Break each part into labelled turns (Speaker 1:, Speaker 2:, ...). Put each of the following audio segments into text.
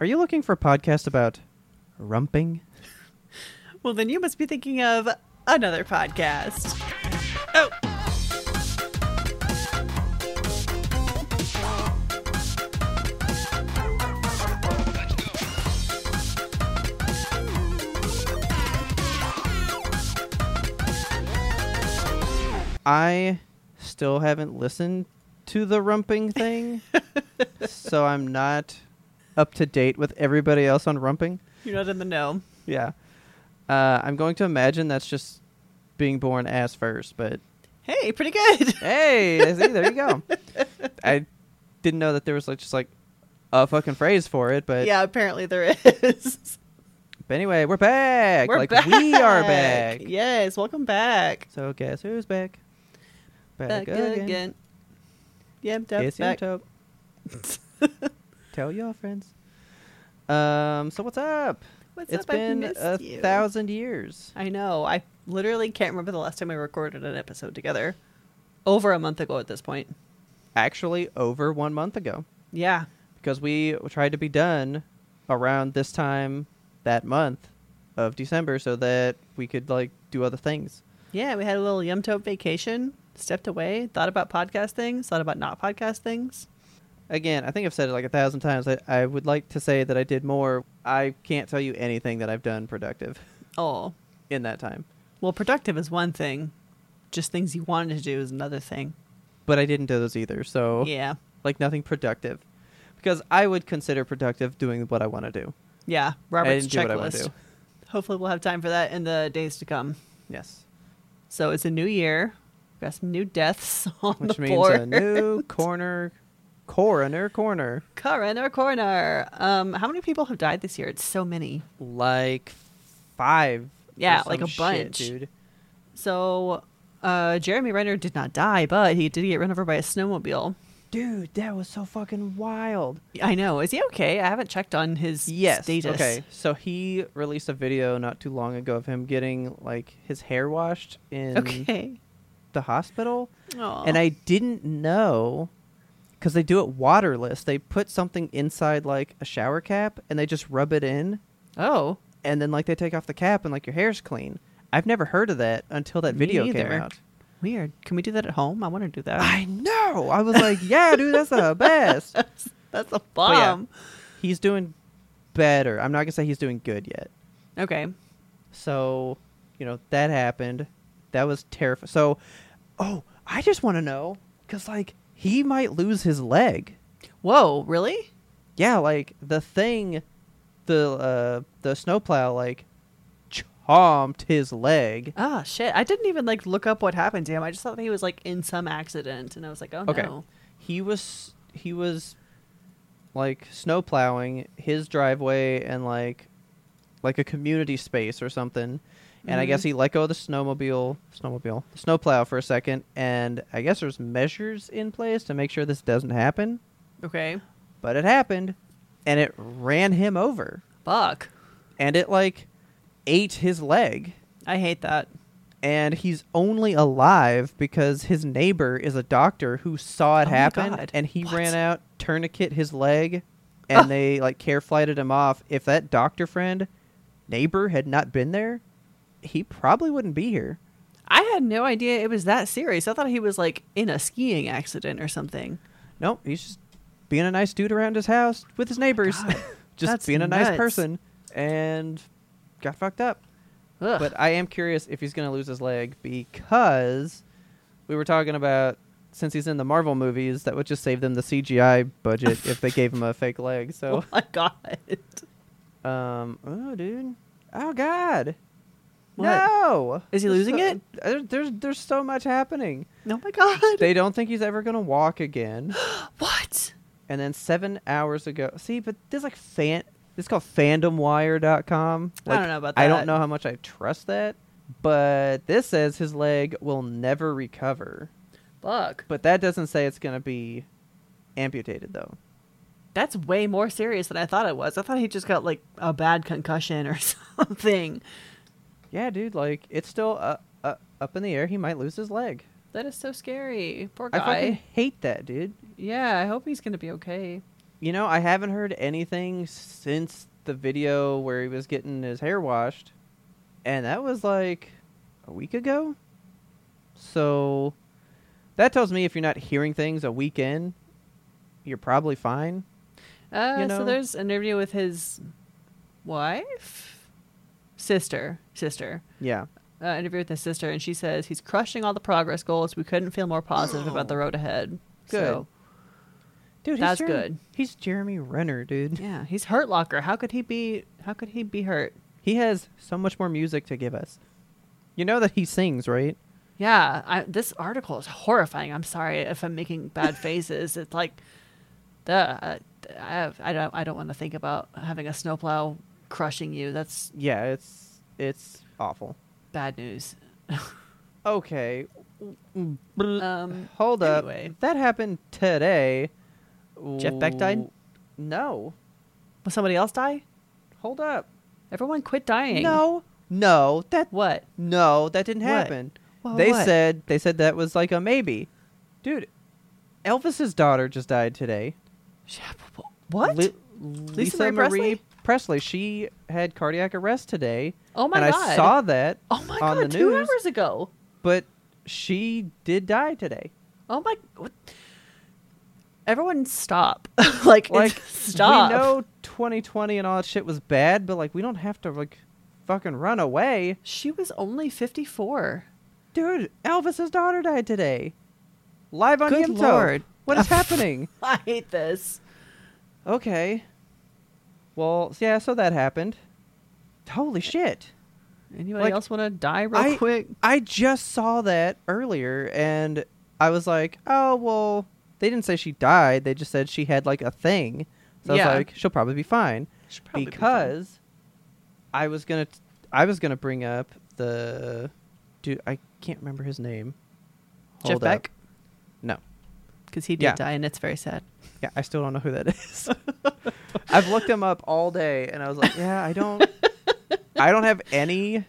Speaker 1: Are you looking for a podcast about rumping?
Speaker 2: Well, then you must be thinking of another podcast. Oh.
Speaker 1: I still haven't listened to the rumping thing, so I'm not up to date with everybody else on rumping.
Speaker 2: You're not in the know.
Speaker 1: Yeah. Uh, I'm going to imagine that's just being born ass first, but
Speaker 2: Hey, pretty good.
Speaker 1: hey, I see, there you go. I didn't know that there was like just like a fucking phrase for it, but
Speaker 2: yeah, apparently there is.
Speaker 1: but anyway, we're back. like we are back.
Speaker 2: Yes, welcome back.
Speaker 1: So guess who's back?
Speaker 2: Back, again. Yep, yep,
Speaker 1: Kiss your
Speaker 2: back.
Speaker 1: toe. Tell your friends. Um. So what's up?
Speaker 2: What's
Speaker 1: It's
Speaker 2: up? I've
Speaker 1: been
Speaker 2: missed
Speaker 1: a
Speaker 2: you.
Speaker 1: thousand years.
Speaker 2: I know. I literally can't remember the last time we recorded an episode together. Over a month ago at this point.
Speaker 1: Actually, over one month ago,
Speaker 2: Yeah.
Speaker 1: because we tried to be done around this time that month of December, so that we could like do other things.
Speaker 2: Yeah, we had a little Yumtope vacation, stepped away, thought about podcast things, thought about not podcast things.
Speaker 1: Again, I think I've said it like a thousand times. I, I would like to say that I did more. I can't tell you anything that I've done productive
Speaker 2: Oh.
Speaker 1: in that time,
Speaker 2: Well, productive is one thing. Just things you wanted to do is another thing.
Speaker 1: but I didn't do those either. So
Speaker 2: Yeah.
Speaker 1: like nothing productive because i would consider productive doing what i want to do
Speaker 2: Yeah. Robert's
Speaker 1: didn't do what I wanna
Speaker 2: checklist.
Speaker 1: do.
Speaker 2: Hopefully we'll have time for that in the days to come.
Speaker 1: yes
Speaker 2: So it's a new year. We've got some new deaths on
Speaker 1: which
Speaker 2: the
Speaker 1: means
Speaker 2: board.
Speaker 1: a new corner coroner corner
Speaker 2: Coroner, coroner. Um, how many people have died this year? It's so many.
Speaker 1: like five or
Speaker 2: Yeah, like
Speaker 1: some
Speaker 2: a
Speaker 1: shit,
Speaker 2: bunch.
Speaker 1: dude
Speaker 2: So, uh, Jeremy Renner did not die, but he did get run over by a snowmobile.
Speaker 1: dude that was so fucking wild
Speaker 2: I know. Is he okay? I haven't checked on his
Speaker 1: yes
Speaker 2: status.
Speaker 1: okay so he released a video not too long ago of him getting like his hair washed in
Speaker 2: Okay.
Speaker 1: the hospital
Speaker 2: Aw.
Speaker 1: and I didn't know because they do it waterless. They put something inside like a shower cap and they just rub it in,
Speaker 2: oh
Speaker 1: and then like they take off the cap and like your hair's clean. I've never heard of that until that
Speaker 2: me
Speaker 1: video came
Speaker 2: neither.
Speaker 1: out.
Speaker 2: Weird. Can we do that at home? I want to do that.
Speaker 1: I know. I was like, yeah, dude, that's the best.
Speaker 2: That's a
Speaker 1: But yeah,
Speaker 2: bomb.
Speaker 1: he's doing better. I'm not gonna say he's doing good yet.
Speaker 2: Okay.
Speaker 1: So, you know, that happened. That was terrifying. So, oh, I just want to know because like he might lose his leg.
Speaker 2: Whoa. Really?
Speaker 1: yeah, like the thing, the uh, the snowplow like chomped his leg.
Speaker 2: Ah, shit. I didn't even like look up what happened to him. I just thought he was like in some accident, and I was like, oh
Speaker 1: Okay,
Speaker 2: no.
Speaker 1: he was he was like snowplowing his driveway and like like a community space or something. And I guess he let go of the snowmobile, snowmobile, snowplow for a second, and I guess there's measures in place to make sure this doesn't happen.
Speaker 2: Okay.
Speaker 1: But it happened, and it ran him over,
Speaker 2: Fuck.
Speaker 1: and it like ate his leg.
Speaker 2: I hate that.
Speaker 1: and he's only alive because his neighbor is a doctor who saw it
Speaker 2: Oh my
Speaker 1: happen
Speaker 2: God.
Speaker 1: and he
Speaker 2: What?
Speaker 1: ran out tourniquet his leg and
Speaker 2: Ugh.
Speaker 1: they like care flighted him off if that doctor friend neighbor had not been there he probably wouldn't be here
Speaker 2: I had no idea it was that serious. I thought he was like in a skiing accident or something.
Speaker 1: nope he's just being a nice dude around his house with his neighbors
Speaker 2: Oh God.
Speaker 1: just
Speaker 2: That's
Speaker 1: being a
Speaker 2: nuts.
Speaker 1: nice person and got fucked up
Speaker 2: Ugh.
Speaker 1: But uh, I am curious if he's going to lose his leg because we were talking about since he's in the Marvel movies, that would just save them the CGI budget if they gave him a fake leg. So,
Speaker 2: oh my god.
Speaker 1: um, oh, dude. Oh, God.
Speaker 2: What?
Speaker 1: No.
Speaker 2: Is he
Speaker 1: There's
Speaker 2: losing
Speaker 1: so-
Speaker 2: it?
Speaker 1: there- There's, there's so much happening.
Speaker 2: Oh my god.
Speaker 1: They don't think he's ever going to walk again.
Speaker 2: what?
Speaker 1: And then seven hours ago, see, but there's like fan, It's called fandomwire.com.
Speaker 2: I don't know about
Speaker 1: I don't
Speaker 2: that.
Speaker 1: know how much I trust that, but this says his leg will never recover.
Speaker 2: Fuck.
Speaker 1: But that doesn't say it's going to be amputated, though.
Speaker 2: That's way more serious than I thought it was. I thought he just got like a bad concussion or something.
Speaker 1: Yeah, dude, like, it's still uh, uh, up in the air. He might lose his leg.
Speaker 2: That is so scary. Poor
Speaker 1: I
Speaker 2: guy.
Speaker 1: fucking hate that, dude.
Speaker 2: Yeah, I hope he's gonna be okay.
Speaker 1: You know, I haven't heard anything since the video where he was getting his hair washed, and that was like a week ago. So that tells me if you're not hearing things a week in, you're probably fine.
Speaker 2: Uh,
Speaker 1: You
Speaker 2: So
Speaker 1: know-
Speaker 2: there's an interview with his wife, sister, sister.
Speaker 1: Yeah.
Speaker 2: Uh, interview with his sister, and she says he's crushing all the progress goals. We couldn't feel more positive about the road ahead.
Speaker 1: Good.
Speaker 2: So,
Speaker 1: Dude, he's
Speaker 2: That's
Speaker 1: Jeremy-
Speaker 2: good.
Speaker 1: He's Jeremy Renner, dude.
Speaker 2: yeah, he's hurt locker. How could he be? How could he be hurt?
Speaker 1: He has so much more music to give us. You know that he sings, right?
Speaker 2: Yeah, I, this article is horrifying. I'm sorry if I'm making bad faces. It's like, the I, I, have, I don't I don't want to think about having a snowplow crushing you. That's
Speaker 1: Yeah, it's it's awful.
Speaker 2: bad news.
Speaker 1: Okay.
Speaker 2: Um,
Speaker 1: Hold up.
Speaker 2: anyway.
Speaker 1: That happened today.
Speaker 2: Jeff Beck died?
Speaker 1: Ooh, No.
Speaker 2: Will somebody else die?
Speaker 1: Hold up.
Speaker 2: Everyone quit dying.
Speaker 1: No. No. That
Speaker 2: What?
Speaker 1: No, that didn't
Speaker 2: What?
Speaker 1: happen.
Speaker 2: Well,
Speaker 1: they
Speaker 2: what?
Speaker 1: said they said that was like a maybe. Dude, Elvis's daughter just died today.
Speaker 2: What?
Speaker 1: Li-
Speaker 2: Lisa
Speaker 1: Lisa,
Speaker 2: Marie
Speaker 1: Marie
Speaker 2: Presley?
Speaker 1: Presley? She had cardiac arrest today.
Speaker 2: Oh my
Speaker 1: and
Speaker 2: God.
Speaker 1: I saw that
Speaker 2: oh my
Speaker 1: on
Speaker 2: god!
Speaker 1: the
Speaker 2: Two
Speaker 1: news,
Speaker 2: hours ago.
Speaker 1: but she did die today.
Speaker 2: Oh my. What? Everyone stop! like,
Speaker 1: like
Speaker 2: stop.
Speaker 1: We know 2020 and all that shit was bad, but like we don't have to like fucking run away,
Speaker 2: She was only 54.
Speaker 1: dude. Elvis's daughter died today, live on
Speaker 2: Good
Speaker 1: Yimto.
Speaker 2: lord.
Speaker 1: What is happening?
Speaker 2: I hate this.
Speaker 1: Okay. Well, s- yeah, so that happened. Holy shit!
Speaker 2: Anybody
Speaker 1: Like,
Speaker 2: else want to die real
Speaker 1: I-
Speaker 2: quick?
Speaker 1: I just saw that earlier, and I was like, oh well, they didn't say she died. They just said she had like a thing. So I
Speaker 2: Yeah.
Speaker 1: was like, she'll probably be fine.
Speaker 2: Should probably be fine.
Speaker 1: because I was gonna t- I was gonna bring up the dude I can't remember his name.
Speaker 2: Jeff
Speaker 1: Hold up.
Speaker 2: Beck,
Speaker 1: No,
Speaker 2: because he did
Speaker 1: Yeah.
Speaker 2: die, and it's very sad.
Speaker 1: yeah, I still don't know who that is. I've looked him up all day, and I was like, yeah, I don't, I don't have any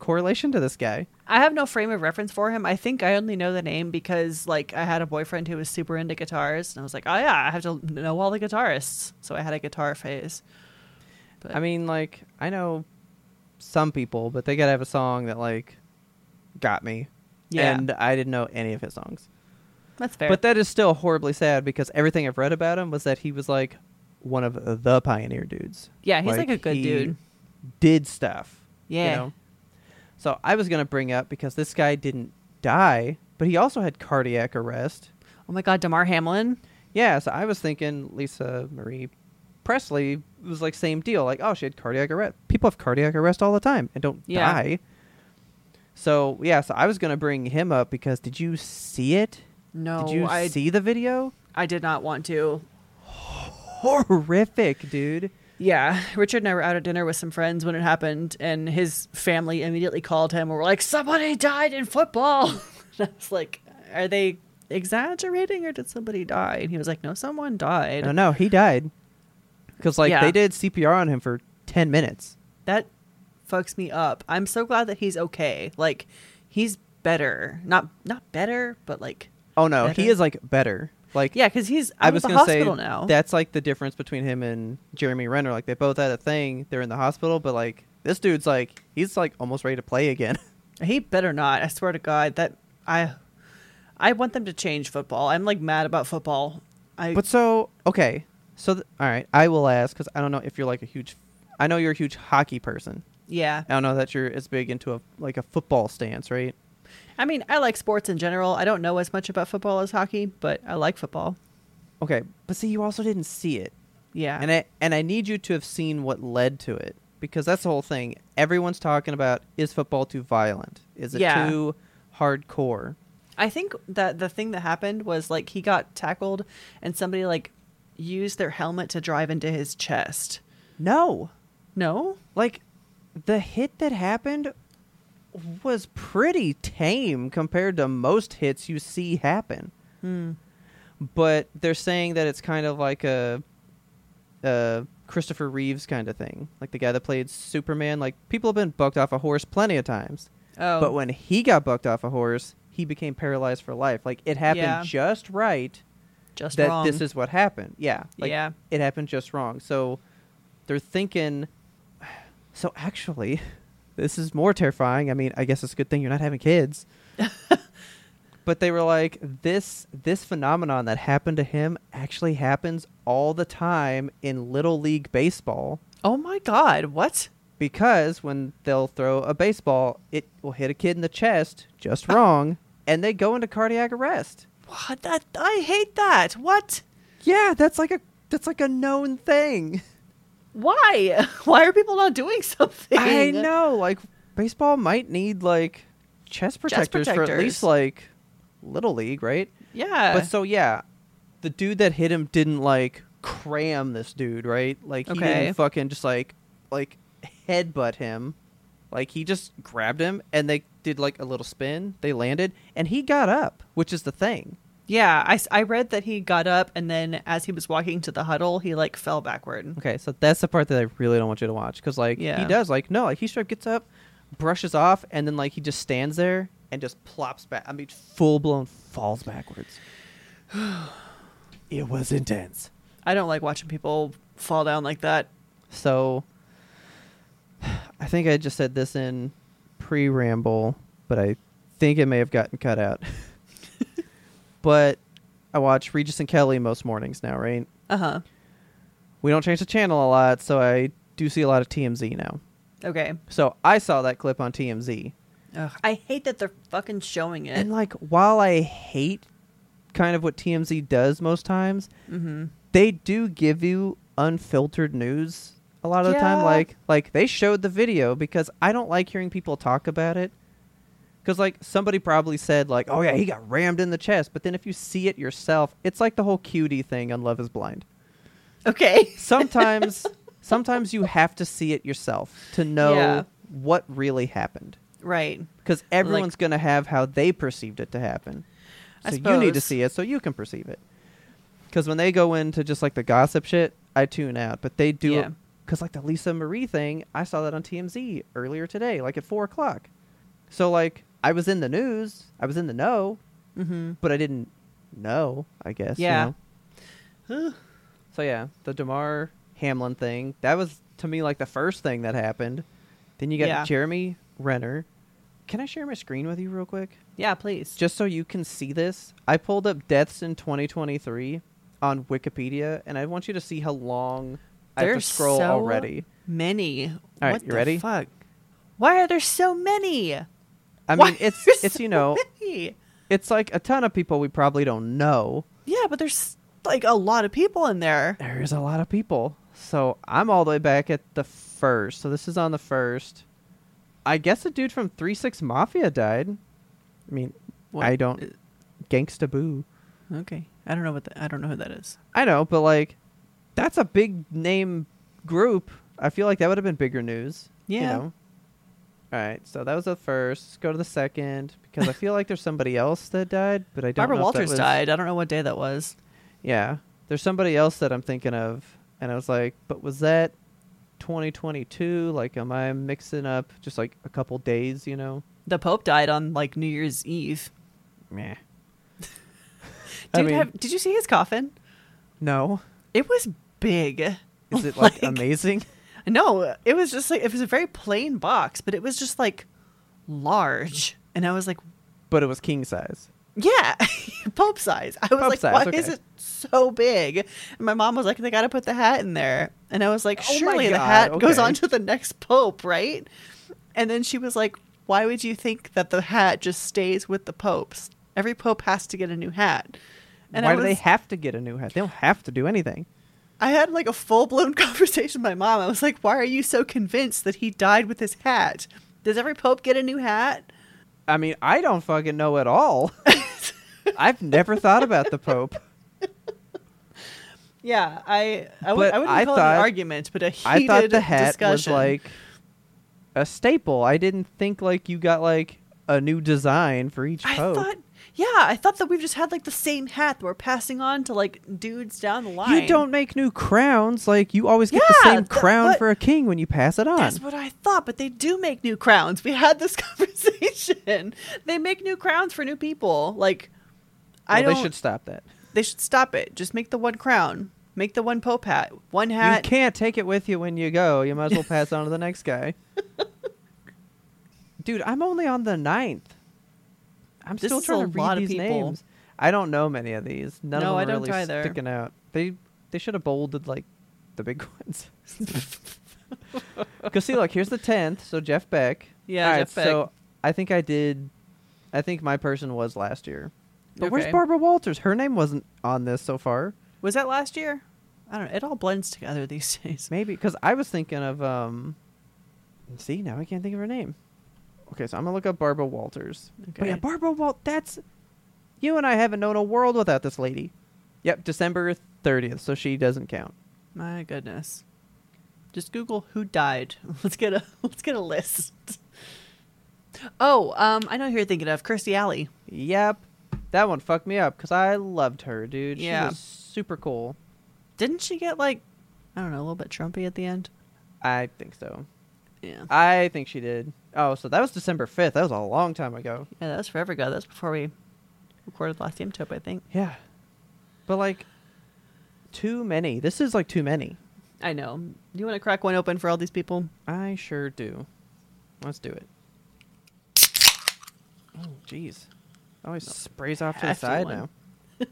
Speaker 1: correlation to this guy.
Speaker 2: I have no frame of reference for him. I think I only know the name because, like, I had a boyfriend who was super into guitars, and I was like, oh yeah, I have to know all the guitarists. So I had a guitar phase. But
Speaker 1: I mean, like, I know some people, but they gotta have a song that like got me.
Speaker 2: Yeah.
Speaker 1: and I didn't know any of his songs.
Speaker 2: that's fair.
Speaker 1: But that is still horribly sad because everything I've read about him was that he was like one of the pioneer dudes.
Speaker 2: Yeah, he's, like, a good
Speaker 1: he
Speaker 2: dude.
Speaker 1: Did stuff.
Speaker 2: Yeah.
Speaker 1: So I was gonna bring up because this guy didn't die, but he also had cardiac arrest.
Speaker 2: oh my God, Damar Hamlin.
Speaker 1: Yeah, so I was thinking Lisa Marie Presley was like same deal, like oh she had cardiac arrest. People have cardiac arrest all the time and don't
Speaker 2: Yeah.
Speaker 1: die. So yeah, so I was gonna bring him up because did you see it?
Speaker 2: No,
Speaker 1: did you
Speaker 2: I
Speaker 1: see the video?
Speaker 2: I did not want to.
Speaker 1: horrific, dude.
Speaker 2: Yeah, Richard and I were out at dinner with some friends when it happened, and his family immediately called him and were like, "Somebody died in football." and I was like, "Are they exaggerating, or did somebody die?" And he was like, "No, someone died."
Speaker 1: No, no, he died because like
Speaker 2: Yeah.
Speaker 1: they did CPR on him for ten minutes.
Speaker 2: That fucks me up. I'm so glad that he's okay. Like, he's better. Not not better, but like,
Speaker 1: Oh no,
Speaker 2: Better?
Speaker 1: he is like better. Like
Speaker 2: yeah, because he's out
Speaker 1: I
Speaker 2: of
Speaker 1: was
Speaker 2: the
Speaker 1: gonna say
Speaker 2: hospital now.
Speaker 1: that's like the difference between him and Jeremy Renner. Like they both had a thing. They're in the hospital, but like this dude's like he's like almost ready to play again.
Speaker 2: He better not. I swear to God that I, I want them to change football. I'm like mad about football. I
Speaker 1: but so okay, so th- all right, I will ask because I don't know if you're like a huge. I know you're a huge hockey person.
Speaker 2: yeah.
Speaker 1: I don't know that you're as big into a like a football stance, right?
Speaker 2: I mean, I like sports in general. I don't know as much about football as hockey, but I like football.
Speaker 1: Okay, but see, you also didn't see it.
Speaker 2: Yeah.
Speaker 1: and I and I need you to have seen what led to it because that's the whole thing. Everyone's talking about is football too violent? Is it
Speaker 2: Yeah.
Speaker 1: too hardcore?
Speaker 2: I think that the thing that happened was like he got tackled and somebody like used their helmet to drive into his chest.
Speaker 1: No.
Speaker 2: No?
Speaker 1: Like the hit that happened was pretty tame compared to most hits you see happen.
Speaker 2: Hmm.
Speaker 1: But they're saying that it's kind of like a, a Christopher Reeves kind of thing. Like the guy that played Superman. Like people have been bucked off a horse plenty of times.
Speaker 2: Oh.
Speaker 1: But when he got bucked off a horse, he became paralyzed for life. Like it happened
Speaker 2: Yeah.
Speaker 1: just right
Speaker 2: just
Speaker 1: that
Speaker 2: wrong.
Speaker 1: this is what happened. Yeah. Like,
Speaker 2: Yeah.
Speaker 1: It happened just wrong. So they're thinking. So actually, this is more terrifying. I mean, I guess it's a good thing you're not having kids. but they were like, this this phenomenon that happened to him actually happens all the time in little league baseball
Speaker 2: Oh my god, what?
Speaker 1: because when they'll throw a baseball, it will hit a kid in the chest just wrong, and they go into cardiac arrest.
Speaker 2: What that I hate that. What?
Speaker 1: Yeah, that's like a that's like a known thing.
Speaker 2: Why? Why are people not doing something?
Speaker 1: I know. Like baseball might need like chest protectors, for at
Speaker 2: protectors.
Speaker 1: least like little league, right?
Speaker 2: Yeah.
Speaker 1: but so yeah, the dude that hit him didn't like cram this dude, right? Like he
Speaker 2: Okay.
Speaker 1: didn't fucking just like like headbutt him. Like he just grabbed him and they did like a little spin. They landed and he got up, which is the thing.
Speaker 2: yeah, I, s- I read that he got up and then as he was walking to the huddle, he like fell backward.
Speaker 1: Okay, so that's the part that I really don't want you to watch because like
Speaker 2: Yeah.
Speaker 1: he does like no, like he straight up gets up, brushes off, and then like he just stands there and just plops back. I mean, full blown falls backwards. it was intense.
Speaker 2: I don't like watching people fall down like that.
Speaker 1: So I think I just said this in pre ramble, but I think it may have gotten cut out. but I watch Regis and Kelly most mornings now, right?
Speaker 2: Uh-huh.
Speaker 1: We don't change the channel a lot, so I do see a lot of TMZ now.
Speaker 2: Okay.
Speaker 1: So I saw that clip on TMZ.
Speaker 2: Ugh, I hate that they're fucking showing it.
Speaker 1: And like while I hate kind of what TMZ does most times,
Speaker 2: Mm-hmm.
Speaker 1: they do give you unfiltered news a lot of the
Speaker 2: Yeah.
Speaker 1: time like like they showed the video because I don't like hearing people talk about it. Cuz like somebody probably said like, "Oh yeah, he got rammed in the chest." But then if you see it yourself, it's like the whole cutie thing on Love is Blind.
Speaker 2: okay.
Speaker 1: Sometimes sometimes you have to see it yourself to know
Speaker 2: Yeah.
Speaker 1: what really happened
Speaker 2: Right.
Speaker 1: because everyone's going to have how they perceived it to happen.
Speaker 2: I
Speaker 1: So you need to
Speaker 2: suppose.
Speaker 1: see it so you can perceive it. Because when they go into just like the gossip shit, I tune out. But they do
Speaker 2: Yeah.
Speaker 1: because like the Lisa Marie thing, I saw that on TMZ earlier today, like at four o'clock. So like I was in the news, I was in the know,
Speaker 2: Mhm.
Speaker 1: but I didn't know. I guess. you
Speaker 2: Yeah.
Speaker 1: know? So yeah, the Damar Hamlin thing that was to me like the first thing that happened. Then you got
Speaker 2: Yeah.
Speaker 1: Jeremy Renner. Can I share my screen with you real quick?
Speaker 2: Yeah, please.
Speaker 1: just so you can see this, I pulled up deaths in 2023 on Wikipedia, and I want you to see how long I have to
Speaker 2: There's
Speaker 1: scroll
Speaker 2: so
Speaker 1: already.
Speaker 2: Many. All
Speaker 1: right,
Speaker 2: what
Speaker 1: you
Speaker 2: the
Speaker 1: ready?
Speaker 2: Fuck. Why are there so many? I
Speaker 1: I mean, it's it's you know, it's like a ton of people we probably don't know.
Speaker 2: Yeah, but there's like a lot of people in there.
Speaker 1: There is a lot of people, so I'm all the way back at the first. So this is on the first. I guess a dude from Three Six Mafia died. I mean,
Speaker 2: What-
Speaker 1: I don't gangsta boo.
Speaker 2: Okay, I don't know what the, I don't know who that is.
Speaker 1: I know, but like, that's a big name group. I feel like that would have been bigger news. you
Speaker 2: Yeah.
Speaker 1: know? All right, so that was the first. Let's go to the second because I feel like there's somebody else that died, but I don't.
Speaker 2: Barbara
Speaker 1: know if that
Speaker 2: Walters
Speaker 1: was-
Speaker 2: died. I don't know what day that was.
Speaker 1: Yeah, there's somebody else that I'm thinking of, and I was like, but was that 2022? Like, am I mixing up just like a couple days? You know?
Speaker 2: The Pope died on like New Year's Eve.
Speaker 1: Meh. I
Speaker 2: Dude,
Speaker 1: mean-
Speaker 2: have, did you see his coffin?
Speaker 1: No.
Speaker 2: It was big.
Speaker 1: Is it like, amazing?
Speaker 2: No, it was just like it was a very plain box, but it was just like large, and I was like,
Speaker 1: But it was king size.
Speaker 2: Yeah, Pope size. I was
Speaker 1: Pope
Speaker 2: like,
Speaker 1: size,
Speaker 2: why
Speaker 1: okay.
Speaker 2: is it so big? And my mom was like, they got to put the hat in there. And I was like,
Speaker 1: Oh my
Speaker 2: surely the
Speaker 1: God,
Speaker 2: hat goes
Speaker 1: okay.
Speaker 2: on to the next Pope, right? And then she was like, why would you think that the hat just stays with the popes? Every pope has to get a new hat. And
Speaker 1: Why
Speaker 2: I was,
Speaker 1: do they have to get a new hat? They don't have to do anything.
Speaker 2: I had like a full blown conversation with my mom. I was like, why are you so convinced that he died with his hat? Does every pope get a new hat?
Speaker 1: I mean, I don't fucking know at all. I've never thought about the Pope.
Speaker 2: Yeah, I I, would,
Speaker 1: But
Speaker 2: I wouldn't
Speaker 1: I
Speaker 2: call it
Speaker 1: thought-
Speaker 2: an argument, but a heated
Speaker 1: I thought the hat
Speaker 2: discussion.
Speaker 1: was like a staple. I didn't think like you got like a new design for each
Speaker 2: I
Speaker 1: pope.
Speaker 2: thought, yeah, I thought that we've just had like the same hat that we're passing on to like dudes down the line.
Speaker 1: you don't make new crowns. Like you always get the
Speaker 2: Yeah,
Speaker 1: same
Speaker 2: th-
Speaker 1: crown
Speaker 2: but-
Speaker 1: for a king when you pass it on.
Speaker 2: That's what I thought, but they do make new crowns. We had this conversation. they make new crowns for new people. Like, I
Speaker 1: Well,
Speaker 2: don't.
Speaker 1: They should stop that.
Speaker 2: they should stop it. Just make the one crown. Make the one pope hat. One hat.
Speaker 1: You can't take it with you when you go. You might as well pass on to the next guy. Dude, I'm only on the ninth. I'm
Speaker 2: This
Speaker 1: still
Speaker 2: is
Speaker 1: trying
Speaker 2: a
Speaker 1: to read
Speaker 2: lot of
Speaker 1: these
Speaker 2: people.
Speaker 1: names. I don't know many of these. None
Speaker 2: No,
Speaker 1: of them
Speaker 2: I
Speaker 1: are
Speaker 2: don't
Speaker 1: really
Speaker 2: either.
Speaker 1: sticking out. They they should have bolded like the big ones. Cause see, look, here's the tenth. So Jeff Beck.
Speaker 2: Yeah,
Speaker 1: All right,
Speaker 2: Jeff Beck.
Speaker 1: So I think I did. I think my person was last year. But where's
Speaker 2: Okay.
Speaker 1: Barbara Walters? Her name wasn't on this so far.
Speaker 2: Was that last year? I don't know. It all blends together these days.
Speaker 1: Maybe because I was thinking of um. See now I can't think of her name. Okay, so I'm gonna look up Barbara Walters. But yeah,
Speaker 2: Okay.
Speaker 1: Barbara Walt. That's you and I haven't known a world without this lady. Yep, December thirtieth. So she doesn't count.
Speaker 2: My goodness. Just Google who died. Let's get a let's get a list. Oh, um, I know who you're thinking of, Kirstie Alley.
Speaker 1: Yep, that one fucked me up because I loved her, dude.
Speaker 2: Yeah.
Speaker 1: she was super cool.
Speaker 2: Didn't she get like I don't know, a little bit Trumpy at the end?
Speaker 1: I think so.
Speaker 2: Yeah.
Speaker 1: I think she did. Oh, so that was December fifth. That was a long time ago.
Speaker 2: Yeah, that was forever ago. That's before we recorded last Yamtope, I think.
Speaker 1: Yeah, but like, too many. This is like too many.
Speaker 2: I know. Do you want to crack one open for all these people?
Speaker 1: I sure do. Let's do it. Oh, jeez. Always sprays off to the
Speaker 2: Half the
Speaker 1: side
Speaker 2: one.
Speaker 1: now.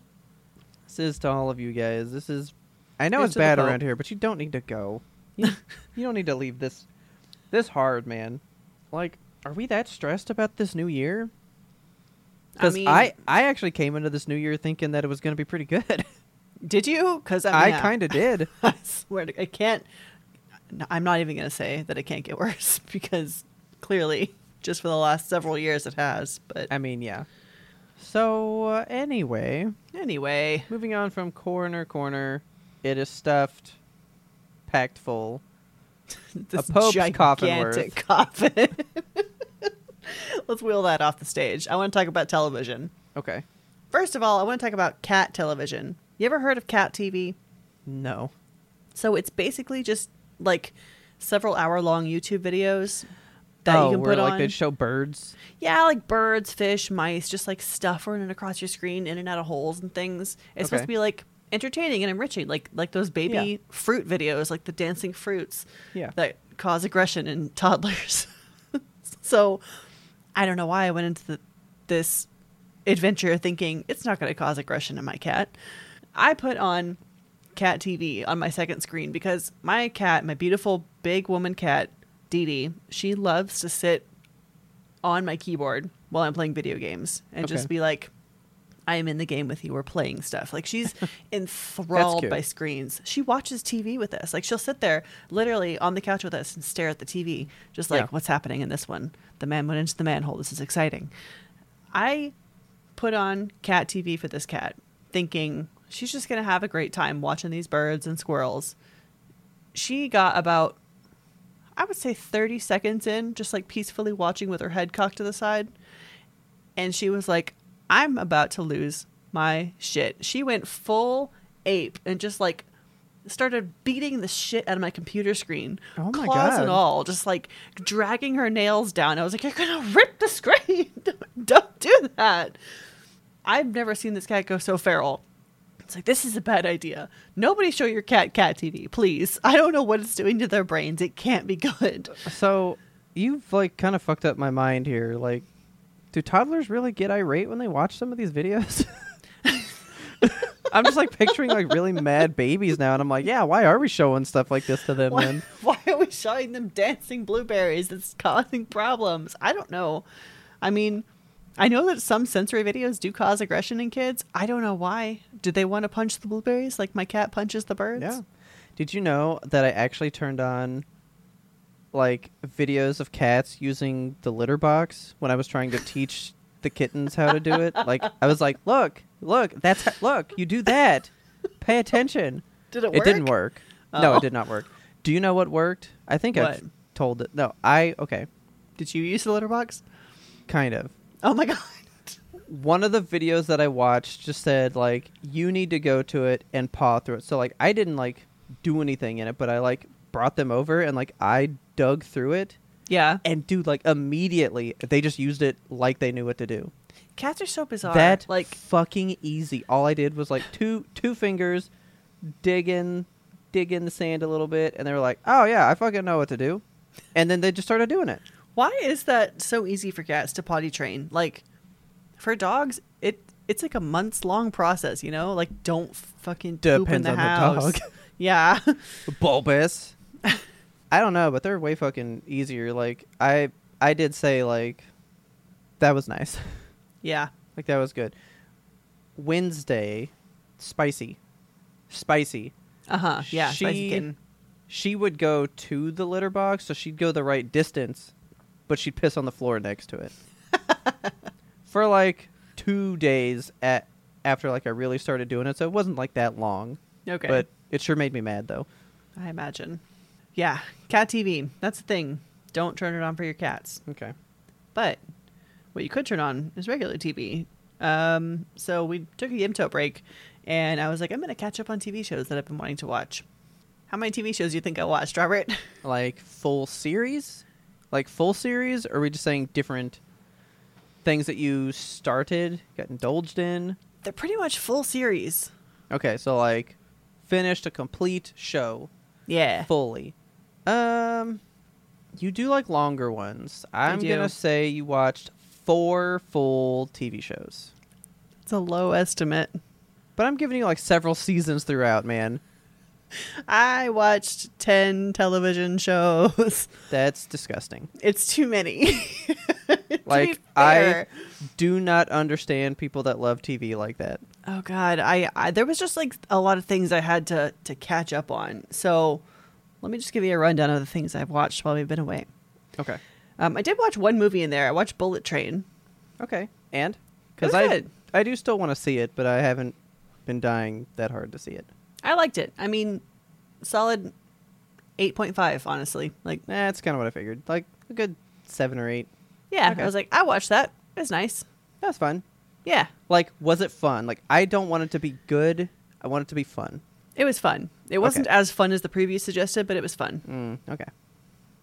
Speaker 1: this is to all of you guys. This is. I know
Speaker 2: Here's
Speaker 1: it's
Speaker 2: to the
Speaker 1: bad
Speaker 2: Pope.
Speaker 1: around here, but you don't need to go. You, you don't need to leave this this hard, man. Like, are we that stressed about this new year?
Speaker 2: I
Speaker 1: Because I,
Speaker 2: mean-
Speaker 1: I, actually came into this new year thinking that it was going to be pretty good.
Speaker 2: Did you? Because I,
Speaker 1: I
Speaker 2: mean,
Speaker 1: kind of did.
Speaker 2: I swear to, I can't. no, I'm not even going to say that it can't get worse because clearly, just for the last several years, it has. But
Speaker 1: I mean, yeah. So uh, anyway,
Speaker 2: anyway,
Speaker 1: Moving on from corner corner, it is stuffed, packed full.
Speaker 2: this
Speaker 1: Pope's
Speaker 2: gigantic
Speaker 1: coffin worth.
Speaker 2: coffin. Let's wheel that off the stage. I want to talk about television.
Speaker 1: Okay.
Speaker 2: First of all, I want to talk about cat television. You ever heard of cat TV?
Speaker 1: No.
Speaker 2: So it's basically just like several hour long YouTube videos that
Speaker 1: oh,
Speaker 2: you can
Speaker 1: where
Speaker 2: put
Speaker 1: like
Speaker 2: on.
Speaker 1: they'd show birds.
Speaker 2: Yeah, like birds, fish, mice, just like stuff running across your screen, in and out of holes and things. It's supposed
Speaker 1: Okay.
Speaker 2: to be like entertaining and enriching, like like those baby
Speaker 1: Yeah.
Speaker 2: fruit videos, like the dancing fruits
Speaker 1: Yeah.
Speaker 2: that cause aggression in toddlers. so I don't know why I went into the, this adventure thinking it's not going to cause aggression in my cat. I put on cat TV on my second screen because my cat, my beautiful big woman cat, Dee Dee, she loves to sit on my keyboard while I'm playing video games and
Speaker 1: Okay.
Speaker 2: just be like, I am in the game with you. We're playing stuff. Like she's enthralled
Speaker 1: cute.
Speaker 2: by screens. She watches TV with us. Like she'll sit there literally on the couch with us and stare at the TV, just like
Speaker 1: Yeah.
Speaker 2: what's happening in this one. The man went into the manhole. This is exciting. I put on cat TV for this cat, thinking she's just going to have a great time watching these birds and squirrels. She got about, I would say, 30 seconds in, just like peacefully watching with her head cocked to the side. And she was like, I'm about to lose my shit. She went full ape and just like started beating the shit out of my computer screen.
Speaker 1: Oh my
Speaker 2: claws
Speaker 1: God.
Speaker 2: and all, just like dragging her nails down. I was like, You're gonna rip the screen. Don't- Don't do that. I've never seen this cat go so feral. It's like this is a bad idea. Nobody show your cat cat TV, please. I don't know what it's doing to their brains. It can't be good.
Speaker 1: So you've like kind of fucked up my mind here. Like, do toddlers really get irate when they watch some of these videos? I'm just like picturing like really mad babies now, and I'm like, yeah, why are we showing stuff like this to them?
Speaker 2: Why,
Speaker 1: Then
Speaker 2: why are we showing them dancing blueberries? It's causing problems. I don't know. I mean, I know that some sensory videos do cause aggression in kids. I don't know why. Do they want to punch the blueberries like my cat punches the birds?
Speaker 1: Yeah. Did you know that I actually turned on like videos of cats using the litter box when I was trying to teach the kittens how to do it? Like I was like, "Look, look, that's how, look, you do that. Pay attention."
Speaker 2: Did it work?
Speaker 1: It didn't work. No,
Speaker 2: Oh.
Speaker 1: it did not work. Do you know what worked? I think I've
Speaker 2: What?
Speaker 1: told it. No, I okay,
Speaker 2: Did you use the litter box?
Speaker 1: kind of.
Speaker 2: Oh my god.
Speaker 1: One of the videos that I watched just said like you need to go to it and paw through it. So like I didn't like do anything in it, but I like brought them over and like I dug through it
Speaker 2: Yeah.
Speaker 1: and dude like immediately they just used it like they knew what to do.
Speaker 2: Cats are so bizarre.
Speaker 1: That like
Speaker 2: like
Speaker 1: fucking easy. All I did was like two two fingers digging digging the sand a little bit and they were like, "Oh yeah, I fucking know what to do." And then they just started doing it.
Speaker 2: why is that so easy for cats to potty train? Like for dogs, it it's like a months long process, you know? Like don't fucking poop in
Speaker 1: Depends
Speaker 2: the
Speaker 1: on the
Speaker 2: house.
Speaker 1: dog.
Speaker 2: Yeah.
Speaker 1: Bulbous. I don't know, but they're way fucking easier. Like I I did say like that was nice.
Speaker 2: yeah.
Speaker 1: like that was good. Wednesday, spicy. Spicy.
Speaker 2: Uh-huh. Yeah. spicy
Speaker 1: She-
Speaker 2: kitten.
Speaker 1: she would go to the litter box, so she'd go the right distance, but she'd piss on the floor next to it for like two days at after like I really started doing it. So it wasn't like that long,
Speaker 2: Okay.
Speaker 1: but it sure made me mad though.
Speaker 2: I imagine. Yeah. Cat TV. That's the thing. Don't turn it on for your cats.
Speaker 1: Okay,
Speaker 2: But what you could turn on is regular TV. Um, so we took a Yimto break, and I was like, I'm going to catch up on TV shows that I've been wanting to watch. How many TV shows do you think I watched, Robert?
Speaker 1: like full series, like full series, or are we just saying different things that you started, got indulged in?
Speaker 2: They're pretty much full series.
Speaker 1: Okay, so like finished a complete show.
Speaker 2: Yeah.
Speaker 1: fully. Um, you do like longer ones.
Speaker 2: I
Speaker 1: I'm
Speaker 2: do.
Speaker 1: gonna say you watched four full TV shows,
Speaker 2: It's a low estimate.
Speaker 1: but I'm giving you like several seasons throughout. Man,
Speaker 2: I watched 10 television shows.
Speaker 1: that's disgusting.
Speaker 2: It's too many. To
Speaker 1: Like
Speaker 2: be
Speaker 1: I
Speaker 2: fair.
Speaker 1: do not understand people that love TV like that.
Speaker 2: Oh God, I, I there was just like a lot of things I had to to catch up on. So let me just give you a rundown of the things I've watched while we've been away.
Speaker 1: Okay,
Speaker 2: Um, I did watch one movie in there. I watched Bullet Train.
Speaker 1: okay, and
Speaker 2: was
Speaker 1: because I
Speaker 2: good.
Speaker 1: I do still want to see it, but I haven't been dying that hard to see it.
Speaker 2: I liked it. I mean, solid eight point five. Honestly, like
Speaker 1: Nah, That's kind of what I figured. Like a good seven or eight.
Speaker 2: yeah,
Speaker 1: Okay.
Speaker 2: I was like, I watched that. It was nice.
Speaker 1: That's fun.
Speaker 2: Yeah,
Speaker 1: like was it fun like i don't want it to be good i want it to be fun
Speaker 2: it was fun. It wasn't as fun as the previous suggested, but it was fun.
Speaker 1: mm, okay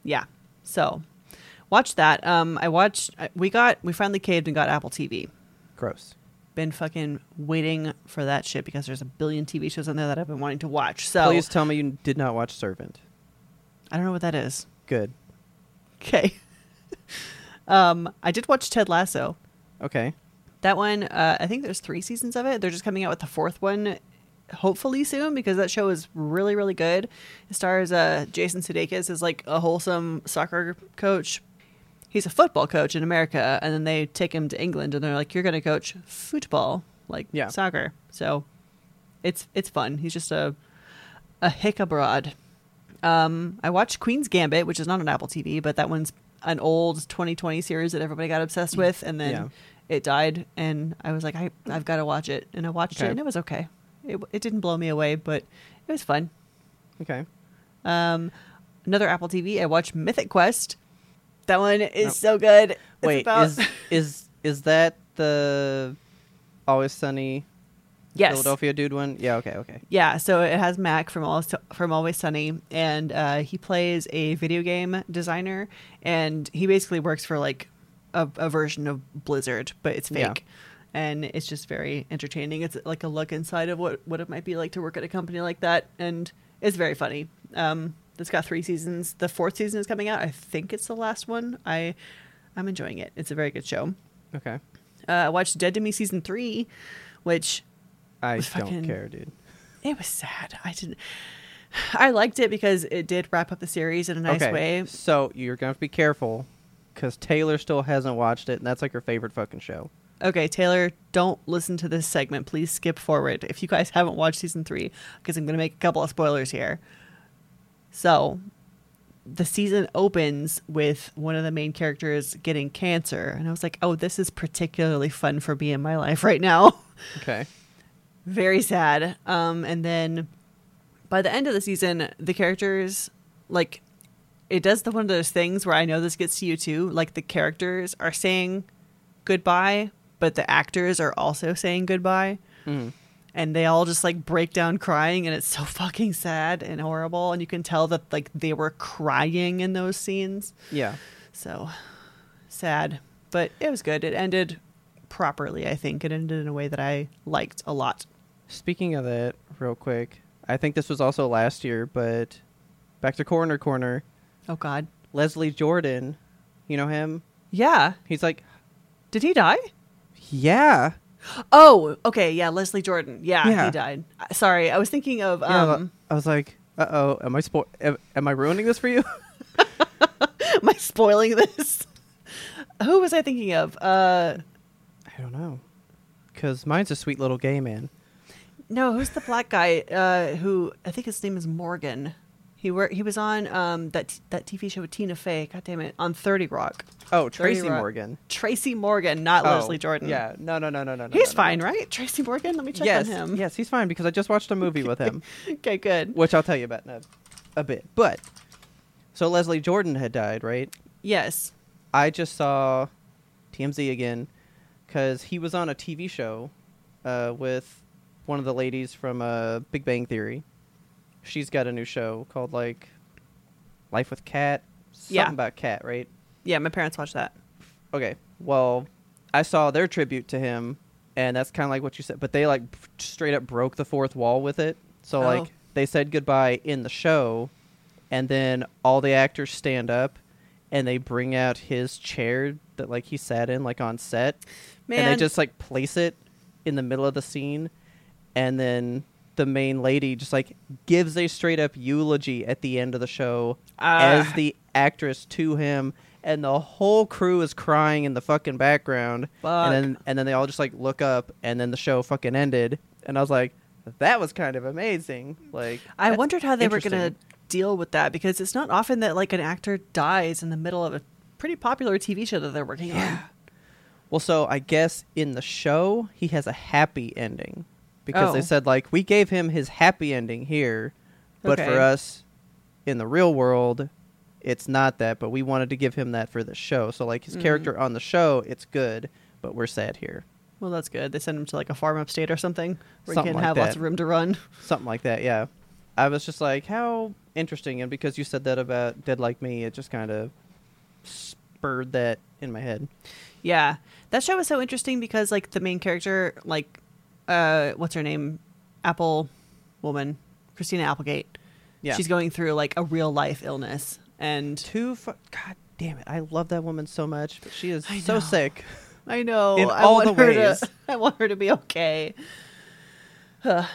Speaker 2: yeah so watch that um i watched I- we got we finally caved and got apple tv
Speaker 1: gross
Speaker 2: been fucking waiting for that shit because there's a billion tv shows on there that i've been wanting to watch so
Speaker 1: please tell me you did not watch servant
Speaker 2: i don't know what that is
Speaker 1: good
Speaker 2: okay um i did watch ted lasso
Speaker 1: okay
Speaker 2: that one uh, i think there's three seasons of it they're just coming out with the fourth one hopefully soon because that show is really really good it stars uh, jason sudeikis as like a wholesome soccer coach he's a football coach in america and then they take him to england and they're like you're going to coach football like
Speaker 1: Yeah.
Speaker 2: soccer so it's it's fun he's just a a hick abroad um, I watched Queen's Gambit, which is not on Apple TV, but that one's an old 2020 series that everybody got obsessed with, and then
Speaker 1: Mm. Yeah.
Speaker 2: it died. And I was like, I, I've got to watch it, and I watched
Speaker 1: Okay.
Speaker 2: it, and it was okay. It, it didn't blow me away, but it was fun.
Speaker 1: okay
Speaker 2: Um, another Apple TV, I watched Mythic Quest. That one is so good. It's
Speaker 1: Oh. wait
Speaker 2: about-
Speaker 1: is is is that the always sunny
Speaker 2: yes.
Speaker 1: philadelphia dude one yeah okay okay
Speaker 2: Yeah, so it has Mac from Always, from Always Sunny, and uh, he plays a video game designer, and he basically works for like a, a version of Blizzard, but it's fake,
Speaker 1: Yeah.
Speaker 2: and it's just very entertaining. It's like a look inside of what what it might be like to work at a company like that, and it's very funny. Um, it's got three seasons. The fourth season is coming out. I think it's the last one. I I'm enjoying it. It's a very good show.
Speaker 1: okay
Speaker 2: Uh, I watched Dead to Me season three, which
Speaker 1: i
Speaker 2: Fucking-
Speaker 1: don't care dude
Speaker 2: it was sad. I didn't. I liked it because it did wrap up the series in a nice
Speaker 1: okay
Speaker 2: way.
Speaker 1: so you're gonna have to be careful because taylor still hasn't watched it and that's like her favorite fucking show
Speaker 2: Okay, Taylor, don't listen to this segment. Please skip forward if you guys haven't watched season three, because I'm going to make a couple of spoilers here. So, the season opens with one of the main characters getting cancer. And I was like, oh, this is particularly fun for me in my life right now.
Speaker 1: okay
Speaker 2: very sad. Um, and then by the end of the season, the characters like it does the one of those things where I know this gets to you too. Like the characters are saying goodbye, but the actors are also saying goodbye, and they all just like break down crying, and it's so fucking sad and horrible. And you can tell that like they were crying in those scenes.
Speaker 1: Yeah.
Speaker 2: So sad, but it was good. It ended properly, I think. It ended in a way that I liked a lot.
Speaker 1: Speaking of that, real quick, I think this was also last year, but back to corner corner.
Speaker 2: Oh God.
Speaker 1: Leslie Jordan, you know him?
Speaker 2: Yeah.
Speaker 1: He's like,
Speaker 2: Did he die?
Speaker 1: yeah,
Speaker 2: Oh, okay. Yeah, Leslie Jordan. Yeah,
Speaker 1: Yeah.
Speaker 2: he died. Uh, Sorry, I was thinking of
Speaker 1: Yeah,
Speaker 2: um,
Speaker 1: I was like, uh oh, am I spo- am, am I ruining this for you?
Speaker 2: am I spoiling this? Who was I thinking of? Uh,
Speaker 1: I don't know, cause mine's a sweet little gay man.
Speaker 2: no, who's the black guy? Uh, who I think his name is Morgan. He were he was on um that t- that TV show with Tina Fey. God damn it, on Thirty Rock.
Speaker 1: Oh,
Speaker 2: 30
Speaker 1: Tracy
Speaker 2: Rock.
Speaker 1: Morgan.
Speaker 2: Tracy Morgan, not
Speaker 1: Oh,
Speaker 2: Leslie Jordan.
Speaker 1: Yeah, no, no, no, no, no. no,
Speaker 2: he's
Speaker 1: no, no.
Speaker 2: fine, right? Tracy Morgan. Let me check
Speaker 1: yes,
Speaker 2: on him.
Speaker 1: yes, he's fine because I just watched a movie with him,
Speaker 2: Okay, good.
Speaker 1: which I'll tell you about in a, a bit. But so Leslie Jordan had died, right?
Speaker 2: Yes.
Speaker 1: I just saw TMZ again because he was on a TV show uh, with one of the ladies from uh, Big Bang Theory. She's got a new show called like Life with Cat, something
Speaker 2: Yeah.
Speaker 1: about cat, right?
Speaker 2: Yeah, my parents watched that.
Speaker 1: Okay, well, I saw their tribute to him, and that's kind of like what you said. But they like p- straight up broke the fourth wall with it. So
Speaker 2: Oh.
Speaker 1: like they said goodbye in the show, and then all the actors stand up, and they bring out his chair that like he sat in like on set, and
Speaker 2: Man.
Speaker 1: they just like place it in the middle of the scene, and then the main lady just like gives a straight up eulogy at the end of the show as
Speaker 2: Ah.
Speaker 1: the actress to him and the whole crew is crying in the fucking background
Speaker 2: Fuck.
Speaker 1: and then and then they all just like look up and then the show fucking ended and i was like that was kind of amazing like
Speaker 2: I
Speaker 1: that's
Speaker 2: wondered how they were going to
Speaker 1: interesting.
Speaker 2: deal with that because it's not often that like an actor dies in the middle of a pretty popular TV show that they're working on.
Speaker 1: well so i guess in the show he has a happy ending because
Speaker 2: Oh.
Speaker 1: they said like we gave him his happy ending here but
Speaker 2: Okay.
Speaker 1: for us in the real world it's not that but we wanted to give him that for the show so like his
Speaker 2: Mm-hmm.
Speaker 1: character on the show it's good but we're sad here
Speaker 2: Well, that's good. They send him to like a farm upstate or something where
Speaker 1: Something
Speaker 2: he can
Speaker 1: like
Speaker 2: have lots
Speaker 1: that.
Speaker 2: of room to run.
Speaker 1: something like that yeah i was just like how interesting and because you said that about dead like me it just kind of spurred that in my head
Speaker 2: Yeah. That show was so interesting because like the main character, like uh what's her name? Apple woman, Christina Applegate.
Speaker 1: Yeah.
Speaker 2: She's going through like a real life illness and
Speaker 1: too fu- god damn it i love that woman so much but she is
Speaker 2: I
Speaker 1: so
Speaker 2: know.
Speaker 1: sick
Speaker 2: I know.
Speaker 1: In
Speaker 2: I
Speaker 1: all
Speaker 2: want
Speaker 1: the
Speaker 2: her to-
Speaker 1: ways.
Speaker 2: I want her to be okay. Ugh.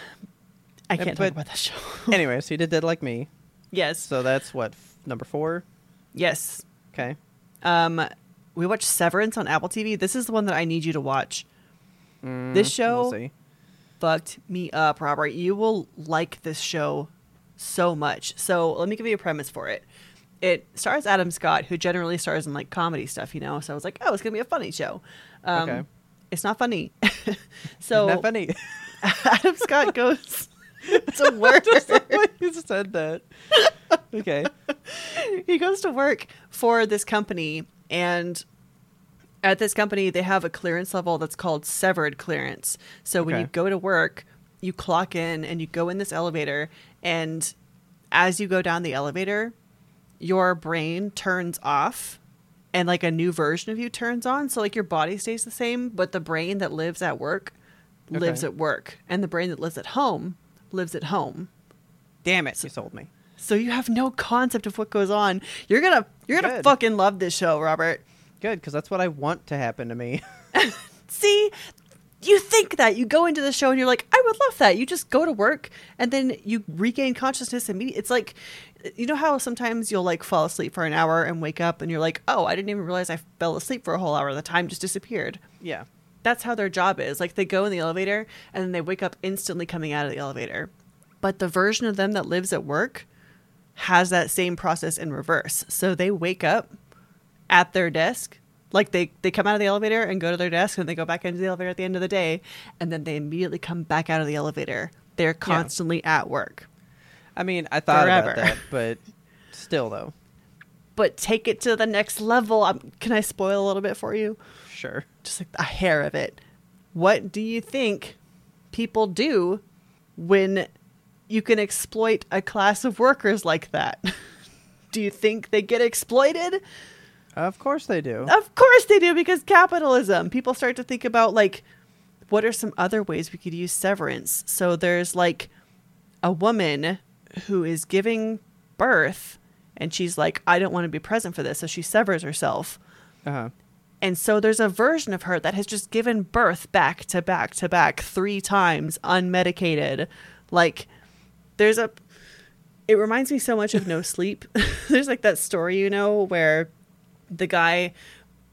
Speaker 2: I can't
Speaker 1: but-
Speaker 2: talk about that show.
Speaker 1: anyways he did dead like me
Speaker 2: yes.
Speaker 1: so that's what f- number four
Speaker 2: yes.
Speaker 1: okay
Speaker 2: Um, we watched Severance on Apple TV. This is the one that I need you to watch. this show
Speaker 1: Mm, we'll see
Speaker 2: fucked me up, Robert. You will like this show so much. So let me give you a premise for it. It stars Adam Scott, who generally stars in like comedy stuff, you know. So I was like, oh, it's gonna be a funny show. Um,
Speaker 1: Okay.
Speaker 2: It's not funny. so
Speaker 1: Isn't that funny
Speaker 2: Adam Scott goes to work.
Speaker 1: you said that okay
Speaker 2: he goes to work for this company and at this company they have a clearance level that's called severed clearance so when
Speaker 1: Okay.
Speaker 2: you go to work you clock in and you go in this elevator and as you go down the elevator your brain turns off and like a new version of you turns on so like your body stays the same but the brain that lives at work lives
Speaker 1: Okay.
Speaker 2: at work and the brain that lives at home lives at home
Speaker 1: damn it you sold me
Speaker 2: so you have no concept of what goes on. You're gonna you're gonna
Speaker 1: Good.
Speaker 2: fucking love this show, Robert.
Speaker 1: good because that's what i want to happen to me
Speaker 2: See, you think that you go into the show and you're like, I would love that. You just go to work and then you regain consciousness immediately. It's like, you know how sometimes you'll like fall asleep for an hour and wake up and you're like, oh, I didn't even realize I fell asleep for a whole hour. The time just disappeared.
Speaker 1: yeah
Speaker 2: That's how their job is. Like they go in the elevator and then they wake up instantly coming out of the elevator. But the version of them that lives at work has that same process in reverse. So they wake up at their desk. Like they, they come out of the elevator and go to their desk and they go back into the elevator at the end of the day and then they immediately come back out of the elevator. They're constantly at work.
Speaker 1: I mean, I thought
Speaker 2: Forever.
Speaker 1: about that, but still, though,
Speaker 2: But take it to the next level. i can I spoil a little bit for you?
Speaker 1: sure.
Speaker 2: Just like a hair of it. What do you think people do when you can exploit a class of workers like that? do you think they get exploited?
Speaker 1: Of course they do.
Speaker 2: Of course they do, because capitalism. People start to think about like, what are some other ways we could use severance? So there's like a woman who is giving birth, and she's like, I don't want to be present for this, so she severs herself.
Speaker 1: Uh-huh.
Speaker 2: And so there's a version of her that has just given birth back to back to back three times unmedicated. Like there's a it reminds me so much of No Sleep. there's like that story, you know, where the guy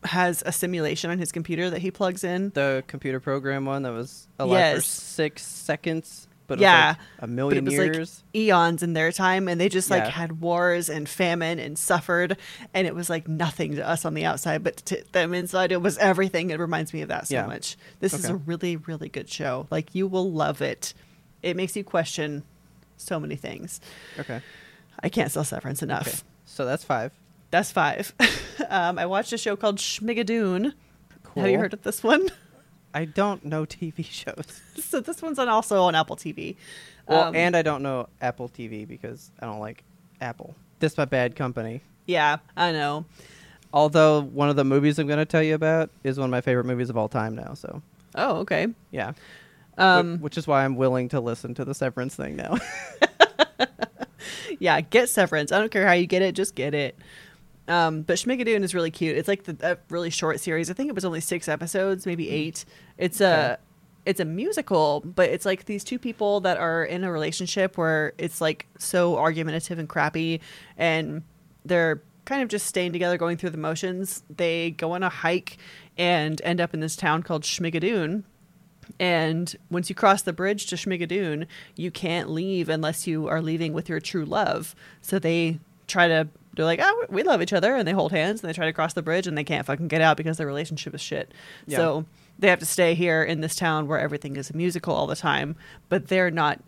Speaker 2: has a simulation on his computer that he plugs in.
Speaker 1: The computer program one that was alive for
Speaker 2: Yes.
Speaker 1: six seconds, but
Speaker 2: yeah.
Speaker 1: it was like a million
Speaker 2: but it was
Speaker 1: years.
Speaker 2: Like eons in their time and they just like
Speaker 1: Yeah.
Speaker 2: had wars and famine and suffered and it was like nothing to us on the outside but to them inside it was everything. It reminds me of that so
Speaker 1: Yeah.
Speaker 2: much. This is
Speaker 1: Okay.
Speaker 2: a really really good show. Like you will love it. It makes you question so many things.
Speaker 1: okay,
Speaker 2: I can't sell severance enough.
Speaker 1: okay. So that's five.
Speaker 2: That's 5. um, I watched a show called Schmigadoon.
Speaker 1: Cool.
Speaker 2: Have you heard of this one?
Speaker 1: I don't know TV shows.
Speaker 2: so this one's on also on Apple TV.
Speaker 1: Well,
Speaker 2: Um,
Speaker 1: and I don't know Apple TV because I don't like Apple. This my bad company.
Speaker 2: yeah, I know.
Speaker 1: Although one of the movies I'm going to tell you about is one of my favorite movies of all time now. So
Speaker 2: Oh, okay.
Speaker 1: yeah,
Speaker 2: Um,
Speaker 1: Wh- which is why I'm willing to listen to the severance thing now.
Speaker 2: yeah, get severance. I don't care how you get it, just get it. Um, but Schmigadoon is really cute. It's like the, a really short series. I think it was only six episodes, maybe eight. It's a
Speaker 1: Okay.
Speaker 2: it's a musical, but it's like these two people that are in a relationship where it's like so argumentative and crappy, and they're kind of just staying together, going through the motions. They go on a hike and end up in this town called Schmigadoon, and once you cross the bridge to Schmigadoon, you can't leave unless you are leaving with your true love. So they try to, they're like, oh, we love each other. And they hold hands and they try to cross the bridge and they can't fucking get out because their relationship is shit.
Speaker 1: Yeah.
Speaker 2: So they have to stay here in this town where everything is a musical all the time, but they're not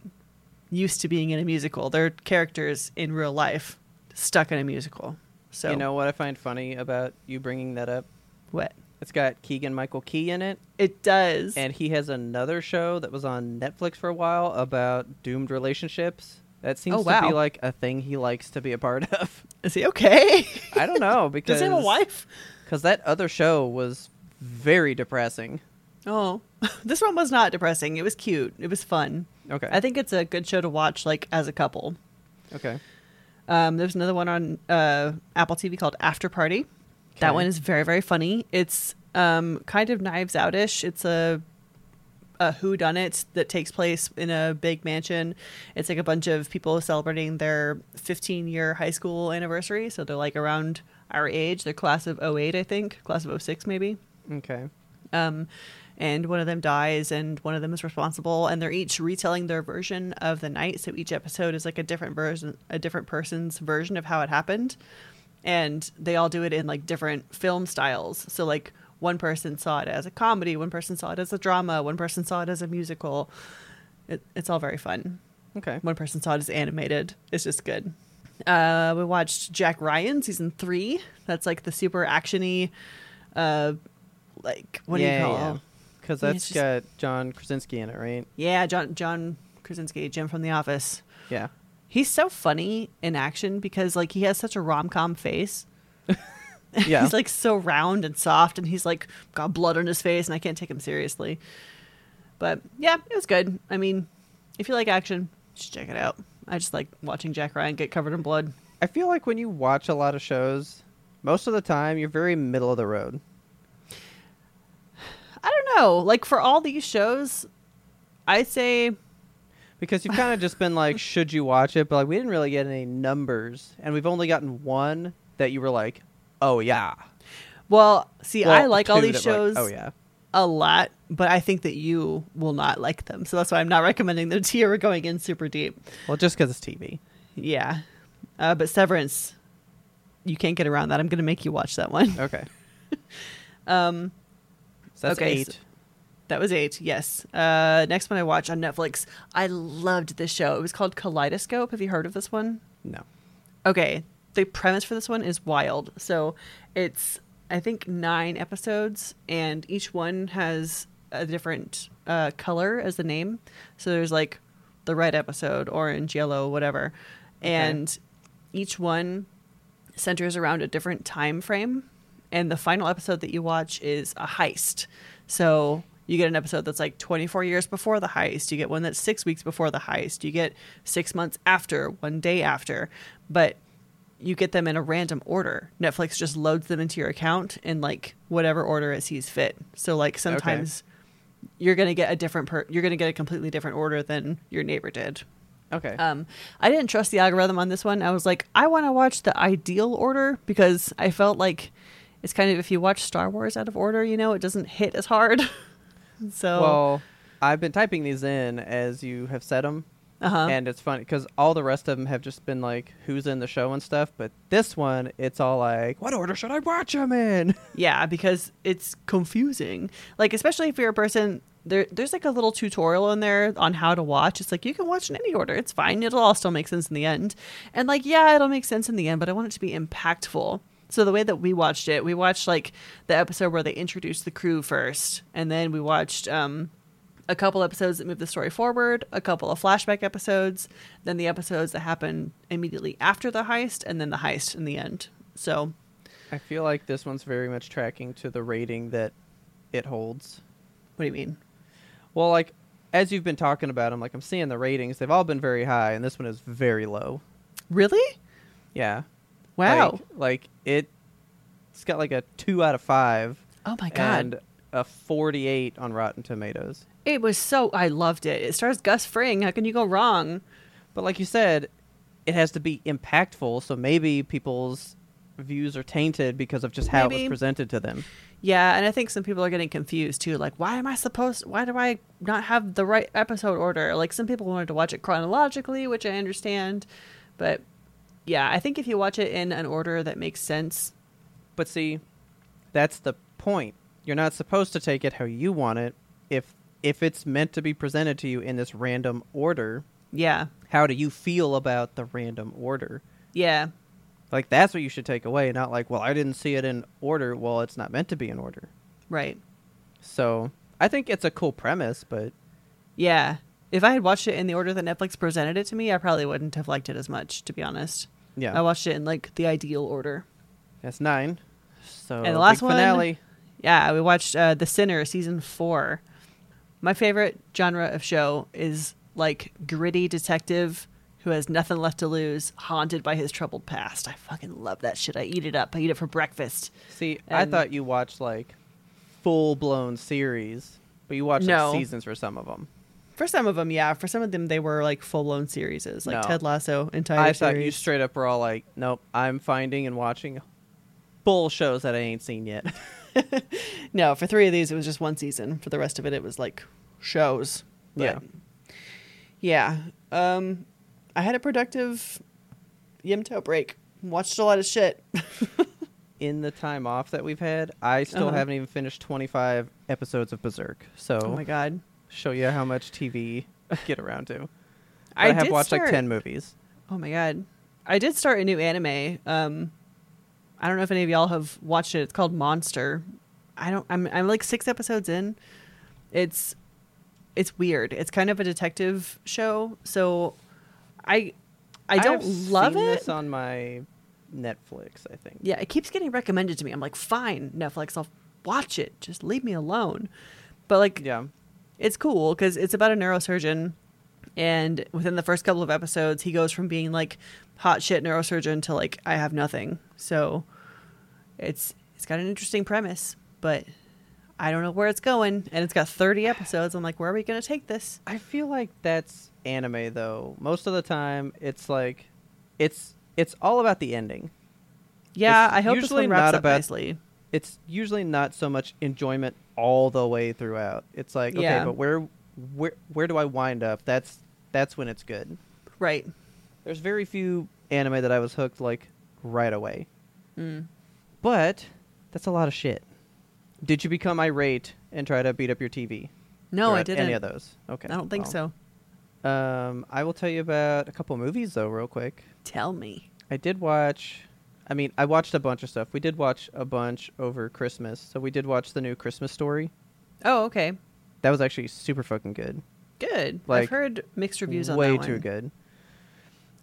Speaker 2: used to being in a musical. They're characters in real life stuck in a musical. So,
Speaker 1: You know what I find funny about you bringing that up?
Speaker 2: what?
Speaker 1: It's got Keegan Michael Key in it,
Speaker 2: It does.
Speaker 1: and he has another show that was on Netflix for a while about doomed relationships. That seems
Speaker 2: Oh,
Speaker 1: to
Speaker 2: wow.
Speaker 1: be like a thing he likes to be a part of.
Speaker 2: is he okay?
Speaker 1: I don't know because
Speaker 2: does he have a wife?
Speaker 1: Because that other show was very depressing.
Speaker 2: Oh, this one was not depressing. It was cute. It was fun.
Speaker 1: Okay.
Speaker 2: I think it's a good show to watch, like as a couple.
Speaker 1: Okay.
Speaker 2: Um, there's another one on uh, Apple TV called After Party. That
Speaker 1: Okay.
Speaker 2: one is very very funny. It's um, kind of Knives Out-ish. It's a a whodunit that takes place in a big mansion. It's like a bunch of people celebrating their 15 year high school anniversary. So they're like around our age. They're class of 08, I think, class of 06 maybe
Speaker 1: Okay.
Speaker 2: um, and one of them dies and one of them is responsible and they're each retelling their version of the night so each episode is like a different version a different person's version of how it happened and they all do it in like different film styles so like one person saw it as a comedy one person saw it as a drama one person saw it as a musical it, it's all very fun
Speaker 1: Okay.
Speaker 2: one person saw it as animated. It's just good. Uh, we watched Jack Ryan season three. That's like the super actiony, uh, like what do you call? Yeah.
Speaker 1: Because
Speaker 2: Yeah,
Speaker 1: that's
Speaker 2: it's
Speaker 1: got John Krasinski in it, right?
Speaker 2: John John Krasinski, Jim from The Office.
Speaker 1: Yeah.
Speaker 2: He's so funny in action because like he has such a rom com face.
Speaker 1: Yeah.
Speaker 2: He's like so round and soft, and he's like got blood on his face, and I can't take him seriously. But yeah, it was good. I mean, if you like action, you should check it out. I just like watching Jack Ryan get covered in blood.
Speaker 1: I feel like when you watch a lot of shows, most of the time you're very middle of the road.
Speaker 2: I don't know. Like for all these shows, I say
Speaker 1: Because you've kind of just been like, should you watch it? But like, we didn't really get any numbers, and we've only gotten one that you were like, oh yeah.
Speaker 2: well, see, I
Speaker 1: Well,
Speaker 2: like all
Speaker 1: two
Speaker 2: these
Speaker 1: that were like,
Speaker 2: shows
Speaker 1: oh yeah.
Speaker 2: a lot, but I think that you will not like them. So that's why I'm not recommending them to you. We're going in super deep.
Speaker 1: Well, just because it's TV.
Speaker 2: Yeah. Uh, but Severance, you can't get around that. I'm going
Speaker 1: Oh.
Speaker 2: to make you watch that one.
Speaker 1: Okay. um. So that's
Speaker 2: okay,
Speaker 1: eight.
Speaker 2: so- That was eight. Yes. Uh, next one I watched on Netflix. I loved this show. It was called Kaleidoscope. Have you heard of this one?
Speaker 1: No.
Speaker 2: Okay. The premise for this one is wild. So it's, I think, nine episodes, and each one has a different uh, color as the name. So there's like the red episode, orange, yellow, whatever. And each one centers around a different time frame and the final episode that you watch is a heist so you get an episode that's like 24 years before the heist you get one that's six weeks before the heist you get six months after one day after but you get them in a random order netflix just loads them into your account in like whatever order it sees fit so like sometimes you're gonna get a different per- you're gonna get a completely different order than your neighbor did
Speaker 1: Okay.
Speaker 2: um, I didn't trust the algorithm on this one. I was like, I want to watch the ideal order because I felt like it's kind of if you watch Star Wars out of order, you know, it doesn't hit as hard. Um, so,
Speaker 1: well, I've been typing these in as you have said them,
Speaker 2: uh-huh.
Speaker 1: and it's funny because all the rest of them have just been like who's in the show and stuff, but this one it's all like what order should I watch them in?
Speaker 2: yeah, because it's confusing. Like, especially if you're a person. There, there's like a little tutorial in there on how to watch. It's like you can watch in any order. It's fine. It'll all still make sense in the end. And like, yeah, it'll make sense in the end, but I want it to be impactful. So the way that we watched it, we watched like the episode where they introduced the crew first, and then we watched um, a couple episodes that move the story forward, a couple of flashback episodes, then the episodes that happen immediately after the heist, and then the heist in the end. So
Speaker 1: I feel like this one's very much tracking to the rating that it holds.
Speaker 2: what do you mean?
Speaker 1: Well, like as you've been talking about, I'm like I'm seeing the ratings. They've all been very high, and this one is very low.
Speaker 2: Really?
Speaker 1: Yeah.
Speaker 2: Wow.
Speaker 1: Like, like it, it's got like a two out of five.
Speaker 2: oh my god.
Speaker 1: And a 48 on Rotten Tomatoes.
Speaker 2: it was so I loved it. It stars Gus Fring. How can you go wrong?
Speaker 1: But like you said, it has to be impactful. So maybe people's views are tainted because of just how it
Speaker 2: Maybe.
Speaker 1: was presented to them.
Speaker 2: Yeah, and I think some people are getting confused too. Like, why am I supposed? Why do I not have the right episode order? Like, some people wanted to watch it chronologically, which I understand, but yeah, I think if you watch it in an order that makes sense,
Speaker 1: But see, that's the point. You're not supposed to take it how you want it. If if it's meant to be presented to you in this random order,
Speaker 2: yeah,
Speaker 1: how do you feel about the random order?
Speaker 2: yeah,
Speaker 1: Like that's what you should take away, not like, well, I didn't see it in order. Well, it's not meant to be in order.
Speaker 2: right,
Speaker 1: So, I think it's a cool premise, but
Speaker 2: yeah. If I had watched it in the order that Netflix presented it to me, I probably wouldn't have liked it as much, to be honest.
Speaker 1: yeah.
Speaker 2: I watched it in like the ideal order.
Speaker 1: That's nine. So
Speaker 2: And the last
Speaker 1: big
Speaker 2: one-
Speaker 1: finale.
Speaker 2: Yeah, we watched uh, The Sinner season four. My favorite genre of show is like gritty detective who has nothing left to lose, haunted by his troubled past. I fucking love that shit. I eat it up. I eat it for breakfast.
Speaker 1: See, I
Speaker 2: and-
Speaker 1: thought you watched like full blown series, but you watched
Speaker 2: No.
Speaker 1: like, seasons for some of them.
Speaker 2: For some of them, yeah. For some of them, they were like full blown series, like
Speaker 1: No.
Speaker 2: Ted Lasso entire
Speaker 1: I thought you
Speaker 2: series.
Speaker 1: straight up were all like, "Nope, I'm finding and watching bull shows that I ain't seen yet."
Speaker 2: no, for three of these, it was just one season. For the rest of it, it was like shows.
Speaker 1: yeah,
Speaker 2: But- Yeah. Um, I had a productive Yimto break. Watched a lot of shit.
Speaker 1: in the time off that we've had, I still
Speaker 2: Uh-huh.
Speaker 1: haven't even finished 25 episodes of Berserk. So
Speaker 2: Oh my god.
Speaker 1: show you how much TV I get around to. But
Speaker 2: I
Speaker 1: I, have
Speaker 2: did
Speaker 1: watched
Speaker 2: start-
Speaker 1: like 10 movies.
Speaker 2: Oh my god. I did start a new anime. Um I don't know if any of y'all have watched it. It's called Monster. I don't I'm I'm like 6 episodes in. It's it's weird. It's kind of a detective show, so I I don't
Speaker 1: I've
Speaker 2: love
Speaker 1: seen
Speaker 2: it.
Speaker 1: This on my Netflix, I think.
Speaker 2: yeah, it keeps getting recommended to me. I'm like, "Fine, Netflix, I'll watch it. Just leave me alone." But like
Speaker 1: Yeah.
Speaker 2: it's cool because it's about a neurosurgeon and within the first couple of episodes he goes from being like hot shit neurosurgeon to like i have nothing so it's it's got an interesting premise but i don't know where it's going and it's got 30 episodes i'm like where are we going to take this
Speaker 1: I feel like that's anime though. Most of the time, it's like, it's it's all about the ending.
Speaker 2: yeah
Speaker 1: It's
Speaker 2: i hope this
Speaker 1: usually
Speaker 2: one wraps
Speaker 1: not
Speaker 2: up
Speaker 1: about-
Speaker 2: nicely
Speaker 1: It's usually not so much enjoyment all the way throughout. It's like okay,
Speaker 2: Yeah.
Speaker 1: but where where where do I wind up? That's that's when it's good.
Speaker 2: right
Speaker 1: There's very few anime that I was hooked like right away.
Speaker 2: Mm.
Speaker 1: But that's a lot of shit. Did you become irate and try to beat up your TV?
Speaker 2: No, I
Speaker 1: throughout
Speaker 2: didn't.
Speaker 1: Any of those? Okay.
Speaker 2: I don't think
Speaker 1: well,
Speaker 2: so.
Speaker 1: Um, I will tell you about a couple movies though, real quick.
Speaker 2: Tell me.
Speaker 1: I did watch. I mean, I watched a bunch of stuff. We did watch a bunch over Christmas, so we did watch the new Christmas Story.
Speaker 2: Oh, okay.
Speaker 1: That was actually super fucking good.
Speaker 2: Good.
Speaker 1: Like,
Speaker 2: I've heard mixed reviews on
Speaker 1: Way
Speaker 2: that
Speaker 1: too
Speaker 2: one.
Speaker 1: good.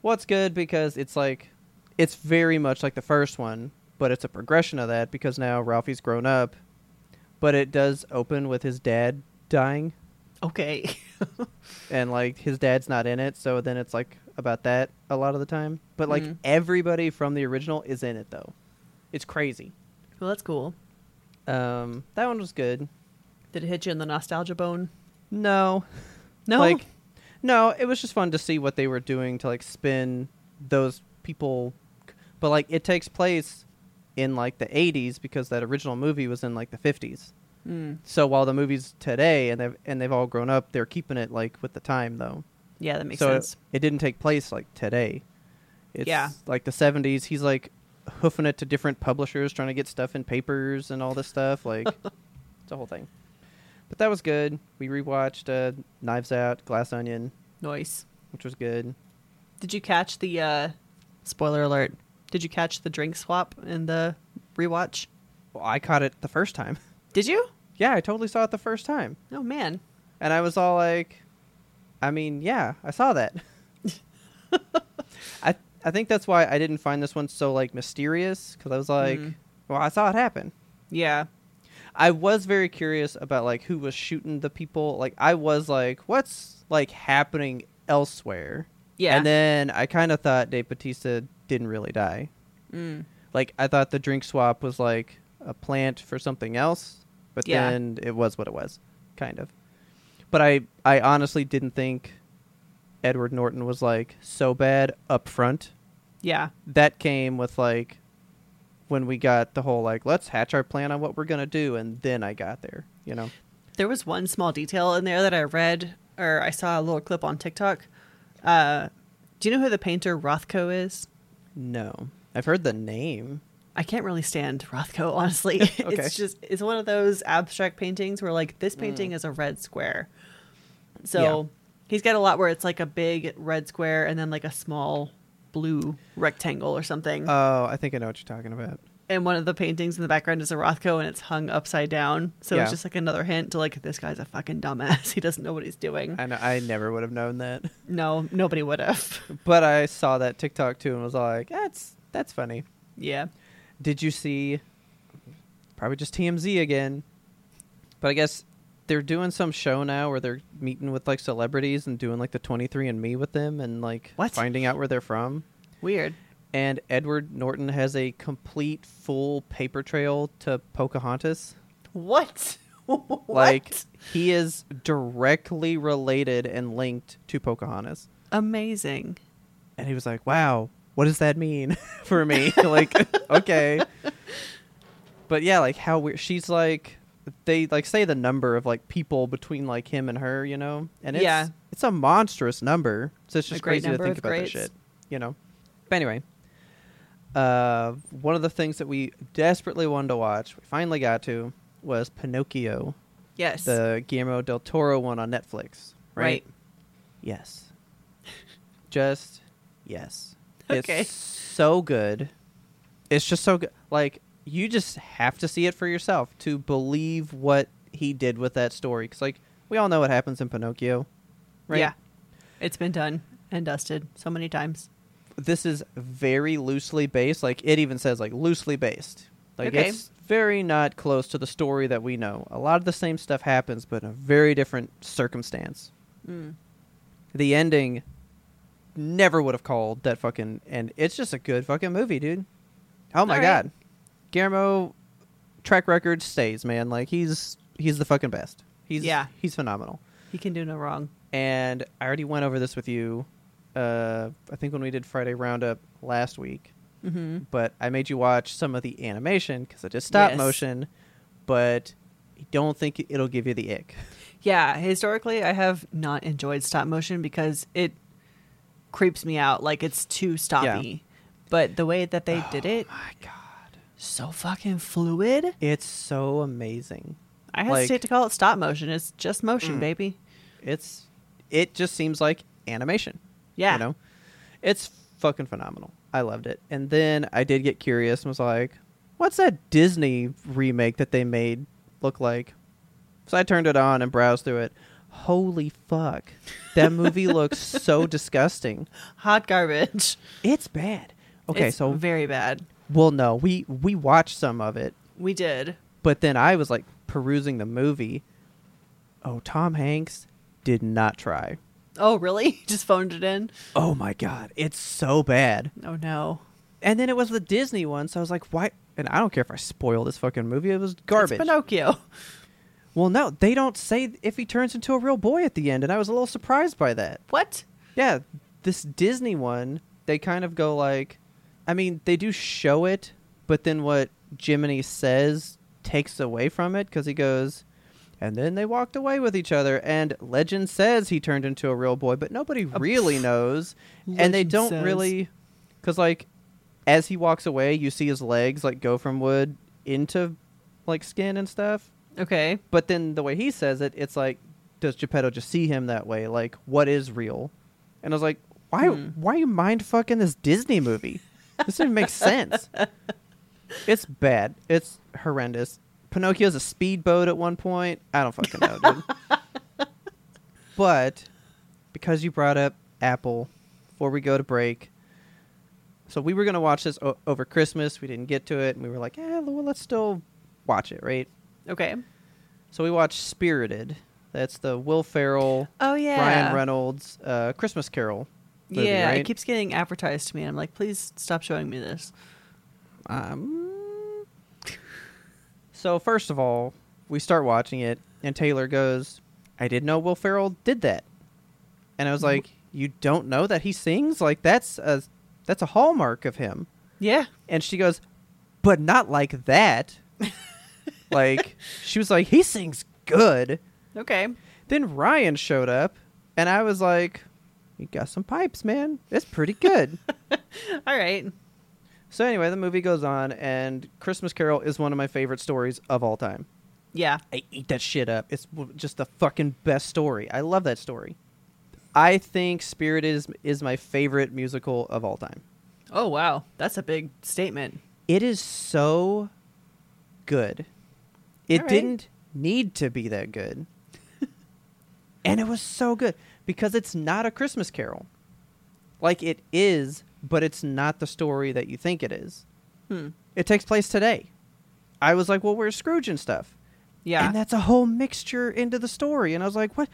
Speaker 1: Well, it's good because it's like, it's very much like the first one, but it's a progression of that because now Ralphie's grown up, but it does open with his dad dying,
Speaker 2: Okay.
Speaker 1: and like his dad's not in it, so then it's like about that a lot of the time. But like
Speaker 2: Mhm.
Speaker 1: everybody from the original is in it though. It's crazy.
Speaker 2: well, that's cool.
Speaker 1: Um, that one was good.
Speaker 2: Did it hit you in the nostalgia bone?
Speaker 1: No,
Speaker 2: No.
Speaker 1: like, no, it was just fun to see what they were doing to like spin those people, but like it takes place in like the '80s because that original movie was in like the '50s.
Speaker 2: Mm.
Speaker 1: So while the movies today and they've and they've all grown up, they're keeping it like with the time though.
Speaker 2: Yeah, that makes
Speaker 1: so
Speaker 2: sense.
Speaker 1: It, it didn't take place like today. It's
Speaker 2: Yeah.
Speaker 1: like the '70s. He's like hoofing it to different publishers, trying to get stuff in papers and all this stuff. Like it's a whole thing. But that was good. We rewatched uh, Knives Out, Glass Onion,
Speaker 2: Noise.
Speaker 1: which was good.
Speaker 2: Did you catch the uh spoiler alert? Did you catch the drink swap in the rewatch?
Speaker 1: Well, I caught it the first time.
Speaker 2: Did you?
Speaker 1: yeah, I totally saw it the first time,
Speaker 2: Oh man.
Speaker 1: and I was all like, I mean, yeah, I saw that. I I think that's why I didn't find this one so like mysterious because I was like,
Speaker 2: Mm.
Speaker 1: well, I saw it happen.
Speaker 2: Yeah.
Speaker 1: I was very curious about like who was shooting the people. Like I was like, what's like happening elsewhere?
Speaker 2: Yeah.
Speaker 1: And then I kind of thought Dave Batista didn't really die.
Speaker 2: Mm.
Speaker 1: Like I thought the drink swap was like a plant for something else, but
Speaker 2: Yeah.
Speaker 1: then it was what it was, kind of. But I I honestly didn't think Edward Norton was like so bad up front.
Speaker 2: Yeah.
Speaker 1: That came with like when we got the whole like let's hatch our plan on what we're going to do and then I got there, you know.
Speaker 2: There was one small detail in there that I read or I saw a little clip on TikTok. Uh do you know who the painter Rothko is?
Speaker 1: No. I've heard the name.
Speaker 2: I can't really stand Rothko, honestly.
Speaker 1: Okay.
Speaker 2: It's just it's one of those abstract paintings where like this painting is a red square. So
Speaker 1: Mm. Yeah.
Speaker 2: he's got a lot where it's like a big red square and then like a small blue rectangle or something.
Speaker 1: Oh, I think I know what you're talking about.
Speaker 2: and one of the paintings in the background is a Rothko and it's hung upside down. So
Speaker 1: Yeah.
Speaker 2: it's just like another hint to like this guy's a fucking dumbass. He doesn't know what he's doing.
Speaker 1: I know I never would have known that.
Speaker 2: no, nobody would have.
Speaker 1: But I saw that TikTok too and was like, that's that's funny.
Speaker 2: yeah.
Speaker 1: Did you see probably just TMZ again? But I guess they're doing some show now where they're meeting with like celebrities and doing like the 23 and me with them and like
Speaker 2: What?
Speaker 1: finding out where they're from.
Speaker 2: Weird.
Speaker 1: And Edward Norton has a complete full paper trail to Pocahontas.
Speaker 2: What? What?
Speaker 1: Like he is directly related and linked to Pocahontas.
Speaker 2: amazing.
Speaker 1: and he was like, "Wow, what does that mean for me?" like, okay, but yeah, like how weird. She's like, they like say the number of like people between like him and her, you know, and it's
Speaker 2: Yeah.
Speaker 1: it's a monstrous number. So it's
Speaker 2: A
Speaker 1: just
Speaker 2: great
Speaker 1: crazy to
Speaker 2: number
Speaker 1: think
Speaker 2: of
Speaker 1: about this
Speaker 2: greats.
Speaker 1: shit, you know. But anyway, uh, one of the things that we desperately wanted to watch, we finally got to, was Pinocchio,
Speaker 2: Yes.
Speaker 1: the Guillermo del Toro one on Netflix,
Speaker 2: right.
Speaker 1: Yes. just yes.
Speaker 2: Okay.
Speaker 1: It's so good. It's just so good. Like you just have to see it for yourself to believe what he did with that story cuz like we all know what happens in Pinocchio. Right?
Speaker 2: Yeah. It's been done and dusted so many times.
Speaker 1: This is very loosely based. Like it even says like loosely based. Like
Speaker 2: Okay.
Speaker 1: it's very not close to the story that we know. A lot of the same stuff happens but in a very different circumstance.
Speaker 2: Mm.
Speaker 1: the ending never would have called that fucking and it's just a good fucking movie dude oh my
Speaker 2: All right.
Speaker 1: god guillermo track record stays man like he's he's the fucking best he's
Speaker 2: Yeah.
Speaker 1: he's phenomenal
Speaker 2: He can do no wrong.
Speaker 1: and i already went over this with you uh i think when we did friday roundup last week
Speaker 2: Mm-hmm.
Speaker 1: but i made you watch some of the animation because it is stop
Speaker 2: Yes.
Speaker 1: motion but i don't think it'll give you the ick
Speaker 2: Yeah, historically, I have not enjoyed stop motion because it creeps me out. Like it's too stoppy. But the way that they did it,
Speaker 1: my Oh god
Speaker 2: so fucking fluid.
Speaker 1: it's so amazing
Speaker 2: I
Speaker 1: Like-
Speaker 2: hesitate to call it stop motion. It's just motion, baby.
Speaker 1: It's it just seems like animation.
Speaker 2: Yeah.
Speaker 1: You know? It's fucking phenomenal. I loved it. And then I did get curious and was like, what's that Disney remake that they made look like? So I turned it on and browsed through it. Holy fuck. That movie looks so disgusting.
Speaker 2: Hot garbage.
Speaker 1: It's bad. Okay,
Speaker 2: It's
Speaker 1: so
Speaker 2: very bad.
Speaker 1: well no, we we watched some of it,
Speaker 2: We did.
Speaker 1: but then I was like perusing the movie. Oh, Tom Hanks did not try.
Speaker 2: Oh, really? Just phoned it in.
Speaker 1: oh my god it's so bad
Speaker 2: Oh no.
Speaker 1: and then it was the disney one so i was like why and i don't care if i spoil this fucking movie it was garbage
Speaker 2: It's Pinocchio.
Speaker 1: well no they don't say if he turns into a real boy at the end and i was a little surprised by that
Speaker 2: What?
Speaker 1: yeah this disney one they kind of go like i mean they do show it but then what jiminy says takes away from it because he goes and then they walked away with each other and legend says he turned into a real boy but nobody really knows and they
Speaker 2: Legend
Speaker 1: don't
Speaker 2: says.
Speaker 1: really because like as he walks away you see his legs like go from wood into like skin and stuff
Speaker 2: Okay.
Speaker 1: but then the way he says it, it's like, does Geppetto just see him that way? Like, what is real? And I was like, why? Why are you mind fucking this Disney movie? This doesn't make sense. It's bad. It's horrendous. Pinocchio's a speedboat at one point. I don't fucking know, dude. but because you brought up Apple, before we go to break. So we were gonna watch this o- over Christmas. We didn't get to it, and we were like, "Eh, well, let's still watch it, right?"
Speaker 2: Okay.
Speaker 1: So we watched Spirited. That's the Will Ferrell,
Speaker 2: Oh yeah.
Speaker 1: Ryan Reynolds, uh, Christmas Carol. Movie,
Speaker 2: yeah,
Speaker 1: right?
Speaker 2: it keeps getting advertised to me, and I'm like, please stop showing me this.
Speaker 1: Um, so first of all, we start watching it, and Taylor goes, "I didn't know Will Ferrell did that," and I
Speaker 2: Mm-hmm.
Speaker 1: was like, "You don't know that he sings? Like that's a that's a hallmark of him."
Speaker 2: Yeah.
Speaker 1: And she goes, but not like that. like she was like, he sings good.
Speaker 2: Okay.
Speaker 1: Then Ryan showed up, and I was like, "You got some pipes, man. It's pretty good."
Speaker 2: All right.
Speaker 1: so anyway, the movie goes on, and Christmas Carol is one of my favorite stories of all time.
Speaker 2: Yeah.
Speaker 1: I eat that shit up. It's w- just the fucking best story. I love that story. I think Spirited is is my favorite musical of all time.
Speaker 2: Oh wow, that's a big statement.
Speaker 1: It is so good. It
Speaker 2: All right.
Speaker 1: didn't need to be that good. and it was so good because it's not a Christmas carol. Like it is, but it's not the story that you think it is.
Speaker 2: Hmm.
Speaker 1: It takes place today. I was like, well, where's Scrooge and stuff?
Speaker 2: Yeah.
Speaker 1: And that's a whole mixture into the story. And I was like, what?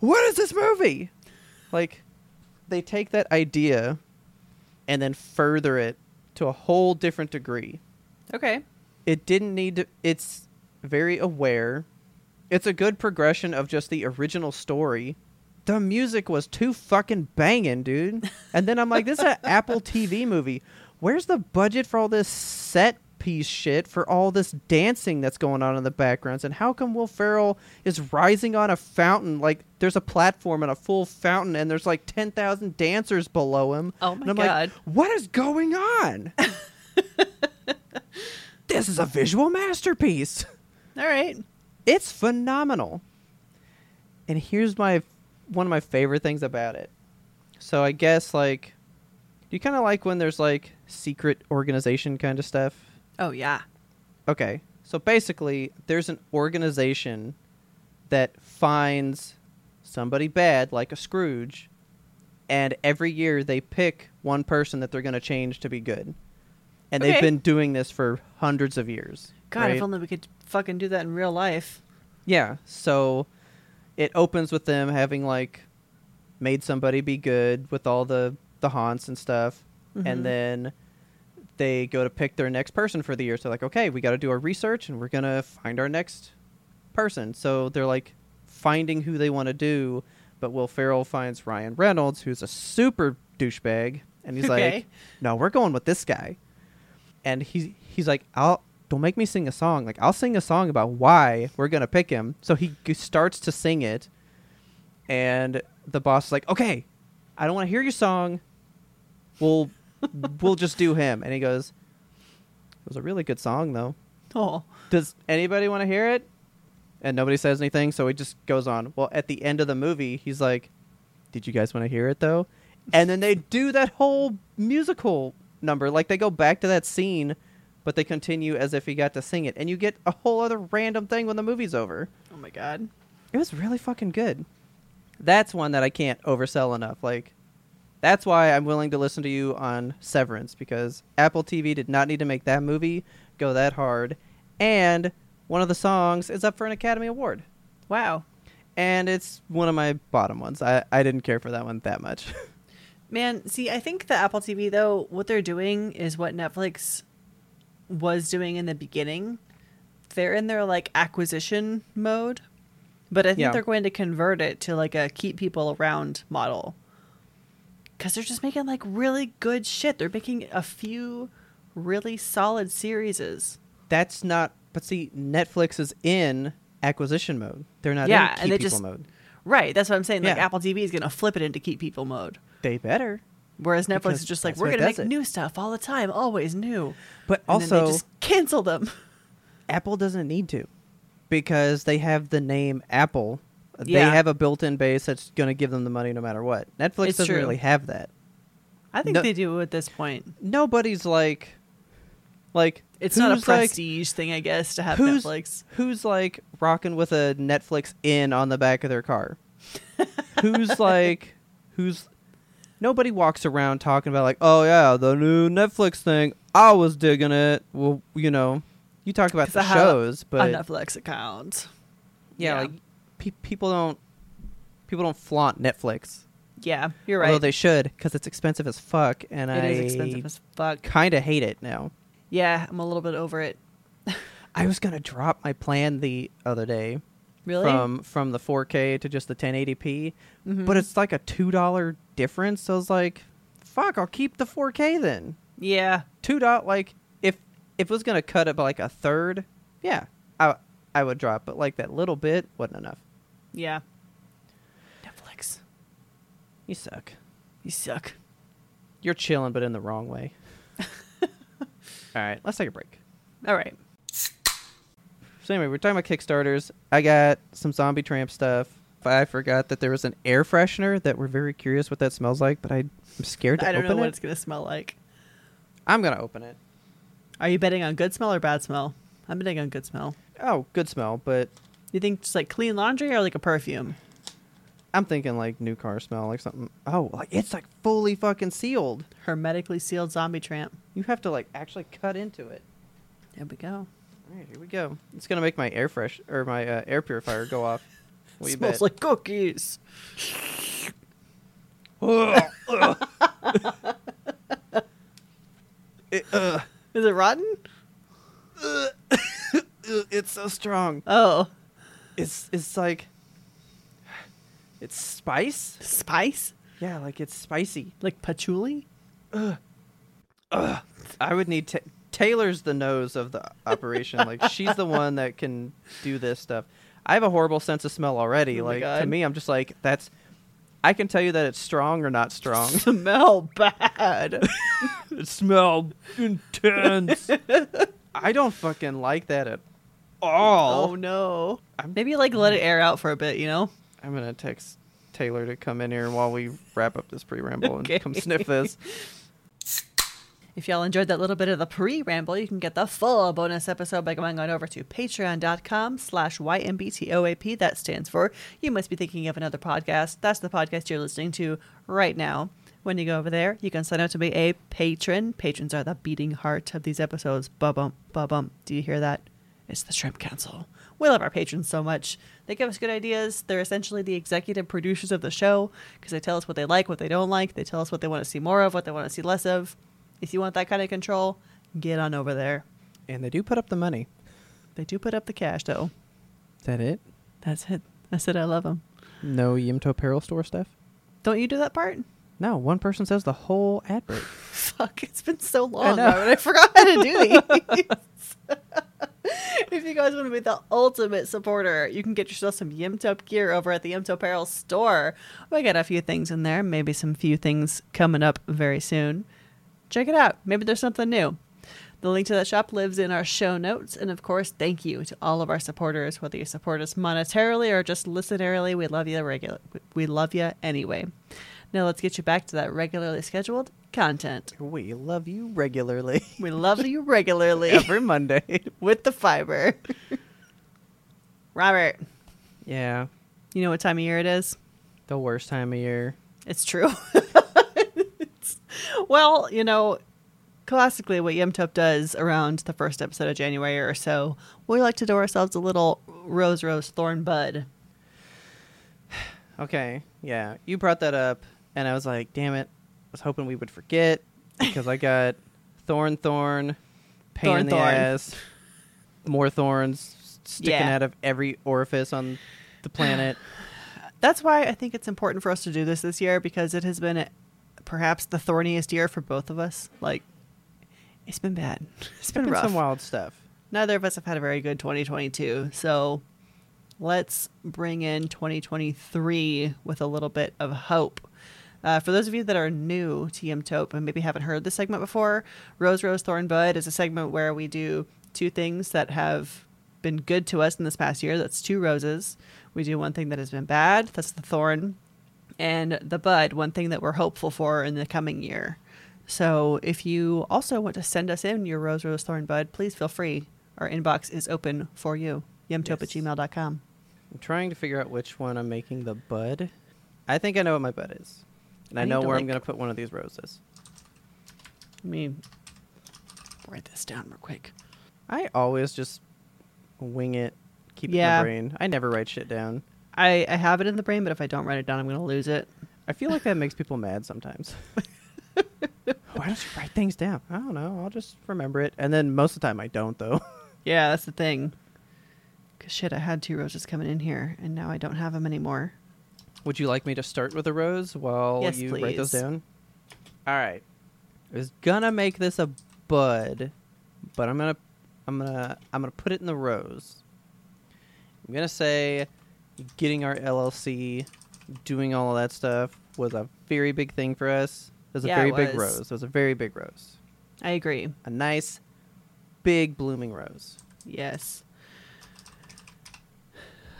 Speaker 1: What is this movie? Like, they take that idea and then further it to a whole different degree.
Speaker 2: okay.
Speaker 1: It didn't need to, it's very aware. It's a good progression of just the original story. The music was too fucking banging, dude. And then I'm like, this is an Apple TV movie. Where's the budget for all this set piece shit for all this dancing that's going on in the backgrounds? And how come Will Ferrell is rising on a fountain? Like, there's a platform and a full fountain, and there's like 10,000 dancers below him.
Speaker 2: Oh my
Speaker 1: and I'm
Speaker 2: God.
Speaker 1: Like, what is going on? this is a visual masterpiece.
Speaker 2: All right.
Speaker 1: It's phenomenal. And here's my one of my favorite things about it. So I guess like you kind of like when there's like secret organization kind of stuff.
Speaker 2: Oh yeah.
Speaker 1: Okay. So basically, there's an organization that finds somebody bad like a Scrooge and every year they pick one person that they're going to change to be good. And they've
Speaker 2: Okay.
Speaker 1: been doing this for hundreds of years.
Speaker 2: God,
Speaker 1: right?
Speaker 2: if only we could fucking do that in real life.
Speaker 1: Yeah. So it opens with them having like made somebody be good with all the the haunts and stuff, and then they go to pick their next person for the year. So like, okay, we got to do our research and we're gonna find our next person. So they're like finding who they want to do, but Will Ferrell finds Ryan Reynolds, who's a super douchebag, and he's like,
Speaker 2: Okay.
Speaker 1: no, we're going with this guy and he's he's like, I'll don't make me sing a song. Like I'll sing a song about why we're gonna pick him. So he g- starts to sing it, and the boss is like, okay, I don't want to hear your song. We'll we'll just do him. And he goes, it was a really good song though.
Speaker 2: Oh.
Speaker 1: Does anybody want to hear it? and nobody says anything, so he just goes on. Well, at the end of the movie, he's like, "Did you guys want to hear it though?" And then they do that whole musical number, like they go back to that scene, but they continue as if he got to sing it, and you get a whole other random thing when the movie's over.
Speaker 2: Oh my god.
Speaker 1: It was really fucking good. That's one that I can't oversell enough. Like, that's why I'm willing to listen to you on Severance because Apple TV did not need to make that movie go that hard. And one of the songs is up for an Academy Award.
Speaker 2: Wow.
Speaker 1: And it's one of my bottom ones. I, I didn't care for that one that much.
Speaker 2: Man, see, I think the Apple TV though, what they're doing is what Netflix was doing in the beginning. They're in their like acquisition mode, but I think
Speaker 1: Yeah.
Speaker 2: they're going to convert it to like a keep people around model. Cuz they're just making like really good shit. They're making a few really solid series.
Speaker 1: That's not. But see, Netflix is in acquisition mode. They're not
Speaker 2: Yeah,
Speaker 1: in
Speaker 2: and
Speaker 1: keep
Speaker 2: they
Speaker 1: people
Speaker 2: just-
Speaker 1: mode.
Speaker 2: Right, that's what I'm saying. Like
Speaker 1: Yeah.
Speaker 2: Apple TV is going to flip it into keep people mode.
Speaker 1: They better.
Speaker 2: Whereas Netflix
Speaker 1: Because
Speaker 2: is just like
Speaker 1: that's
Speaker 2: we're
Speaker 1: what
Speaker 2: going to make
Speaker 1: does it.
Speaker 2: new stuff all the time, always new.
Speaker 1: But
Speaker 2: And then
Speaker 1: also,
Speaker 2: they just cancel them.
Speaker 1: Apple doesn't need to because they have the name Apple.
Speaker 2: Yeah.
Speaker 1: They have a built-in base that's going to give them the money no matter what. Netflix
Speaker 2: It's
Speaker 1: doesn't
Speaker 2: true.
Speaker 1: really have that.
Speaker 2: I think
Speaker 1: No-
Speaker 2: they do at this point.
Speaker 1: Nobody's like like
Speaker 2: It's not a
Speaker 1: who's, like-
Speaker 2: prestige thing, I guess, to have
Speaker 1: who's
Speaker 2: Netflix.
Speaker 1: who's like rocking with a Netflix in on the back of their car? who's like who's nobody walks around talking about like oh yeah the new Netflix thing I was digging it. Well, you know, you talk about
Speaker 2: 'Cause
Speaker 1: the
Speaker 2: I have
Speaker 1: shows, but
Speaker 2: a Netflix account.
Speaker 1: yeah,
Speaker 2: yeah.
Speaker 1: like pe- people don't people don't flaunt Netflix.
Speaker 2: Yeah, you're
Speaker 1: Although
Speaker 2: right.
Speaker 1: they should because it's expensive as fuck, and
Speaker 2: it
Speaker 1: I
Speaker 2: is expensive as fuck.
Speaker 1: kind of hate it now.
Speaker 2: Yeah, I'm a little bit over it.
Speaker 1: I was gonna drop my plan the other day
Speaker 2: Really? Mm-hmm.
Speaker 1: from from the 4K to just the 1080p, but it's like a two dollar difference. So I was like, "Fuck, I'll keep the 4K then."
Speaker 2: yeah,
Speaker 1: Two dot like if if it was gonna cut it by like a third, yeah, I I would drop, but like that little bit wasn't enough.
Speaker 2: yeah. Netflix,
Speaker 1: You suck.
Speaker 2: you suck.
Speaker 1: You're chilling, but in the wrong way. All right, let's take a break.
Speaker 2: All right.
Speaker 1: So anyway, we're talking about Kickstarters. I got some Zombie Tramp stuff. I forgot that there was an air freshener that we're very curious what that smells like, but I'm scared to
Speaker 2: I don't know
Speaker 1: open
Speaker 2: what
Speaker 1: it.
Speaker 2: it's gonna smell like.
Speaker 1: I'm gonna open it.
Speaker 2: Are you betting on good smell or bad smell? I'm betting on good smell.
Speaker 1: Oh, good smell, but
Speaker 2: You think just like clean laundry or like a perfume?
Speaker 1: I'm thinking like new car smell, like something. Oh, like it's like fully fucking sealed.
Speaker 2: Hermetically sealed zombie tramp.
Speaker 1: You have to like actually cut into it.
Speaker 2: There we go.
Speaker 1: All right, here we go. It's gonna make my air fresh or my uh, air purifier go off. What you
Speaker 2: smells
Speaker 1: bet?
Speaker 2: like cookies.
Speaker 1: It- ugh,
Speaker 2: Is it rotten?
Speaker 1: ugh, it's so strong.
Speaker 2: Oh,
Speaker 1: It's it's like it's spice.
Speaker 2: spice
Speaker 1: Yeah, like it's spicy.
Speaker 2: like patchouli.
Speaker 1: I would need ta Taylor's the nose of the operation. like she's the one that can do this stuff. I have a horrible sense of smell already.
Speaker 2: Oh my
Speaker 1: like to
Speaker 2: God.
Speaker 1: me, I'm just like that's. I can tell you that it's strong or not strong.
Speaker 2: Smell bad.
Speaker 1: it smelled intense. I don't fucking like that at all.
Speaker 2: Oh no. Maybe like let it air out for a bit, you know?
Speaker 1: I'm gonna text Taylor to come in here while we wrap up this pre-ramble
Speaker 2: Okay.
Speaker 1: and come sniff this.
Speaker 2: If y'all enjoyed that little bit of the pre-ramble, you can get the full bonus episode by going on over to patreon.com slash YMBTOAP. That stands for You Must Be Thinking of Another Podcast. That's the podcast you're listening to right now. When you go over there, you can sign up to be a patron. Patrons are the beating heart of these episodes. Ba-bump, ba-bump. Do you hear that? It's the Shrimp Council. We love our patrons so much. They give us good ideas. They're essentially the executive producers of the show because they tell us what they like, what they don't like. They tell us what they want to see more of, what they want to see less of. If you want that kind of control, get on over there.
Speaker 1: And they do put up the money.
Speaker 2: They do put up the cash, though.
Speaker 1: Is that it?
Speaker 2: That's it. I said I love them.
Speaker 1: No Yimto apparel store stuff.
Speaker 2: Don't you do that part?
Speaker 1: No, one person says the whole ad break.
Speaker 2: Fuck, it's been so long.
Speaker 1: know.
Speaker 2: Why would I forgot how to do these. if you guys want to be the ultimate supporter, you can get yourself some Yimtop gear over at the Yimtop Apparel store. We got a few things in there, maybe some few things coming up very soon. Check it out. Maybe there's something new. The link to that shop lives in our show notes. And of course, thank you to all of our supporters, whether you support us monetarily or just listenerily. We love you regular. We love you anyway. Now let's get you back to that regularly scheduled content.
Speaker 1: We love you regularly
Speaker 2: We love you regularly
Speaker 1: every Monday.
Speaker 2: with the fiber. Robert,
Speaker 1: Yeah,
Speaker 2: you know what time of year it is?
Speaker 1: the worst time of year.
Speaker 2: It's true. It's- well, you know, classically, what Yemtop does around the first episode of January or so, we like to do ourselves a little rose, rose, thorn, bud.
Speaker 1: Okay, yeah, you brought that up, and I was like, damn it, I was hoping we would forget because I got thorn, thorn, pain
Speaker 2: Thorn,
Speaker 1: in the
Speaker 2: thorn.
Speaker 1: ass, more thorns s- sticking
Speaker 2: Yeah.
Speaker 1: out of every orifice on the planet.
Speaker 2: That's why I think it's important for us to do this this year because it has been perhaps the thorniest year for both of us. Like, it's been bad. It's been,
Speaker 1: Been
Speaker 2: rough.
Speaker 1: some wild stuff.
Speaker 2: neither of us have had a very good 2022. So let's bring in 2023 with a little bit of hope. Uh, for those of you that are new to Yimtope and maybe haven't heard this segment before, Rose Rose Thorn Bud is a segment where we do two things that have been good to us in this past year. That's two roses. We do one thing that has been bad. That's the thorn and the bud, one thing that we're hopeful for in the coming year. So if you also want to send us in your Rose Rose Thorn Bud, please feel free. Our inbox is open for you. Yemtope at
Speaker 1: Yes.
Speaker 2: gmail.com.
Speaker 1: I'm trying to figure out which one I'm making the bud. I think I know what my bud is, and
Speaker 2: I
Speaker 1: I,
Speaker 2: need
Speaker 1: know
Speaker 2: to,
Speaker 1: where I'm
Speaker 2: like-
Speaker 1: going to put one of these roses.
Speaker 2: Let me write this down real quick.
Speaker 1: I always just wing it, keep it in
Speaker 2: Yeah.
Speaker 1: my brain. I never write shit down.
Speaker 2: I, I have it in the brain, but if I don't write it down, I'm going to lose it.
Speaker 1: I feel like that makes people mad sometimes. Why don't you write things down? I don't know. I'll just remember it. And then most of the time I don't, though.
Speaker 2: Yeah, that's the thing. Because shit, I had two roses coming in here, and now I don't have them anymore.
Speaker 1: Would you like me to start with a rose while
Speaker 2: Yes,
Speaker 1: you write those
Speaker 2: please.
Speaker 1: down? All right. I was gonna make this a bud, but I'm gonna, I'm gonna, I'm gonna put it in the rose. I'm gonna say, getting our LLC, doing all of that stuff was a very big thing for us. It was a
Speaker 2: Yeah,
Speaker 1: very
Speaker 2: it
Speaker 1: big
Speaker 2: was.
Speaker 1: rose. It was a very big rose.
Speaker 2: I agree.
Speaker 1: A nice, big blooming rose.
Speaker 2: Yes.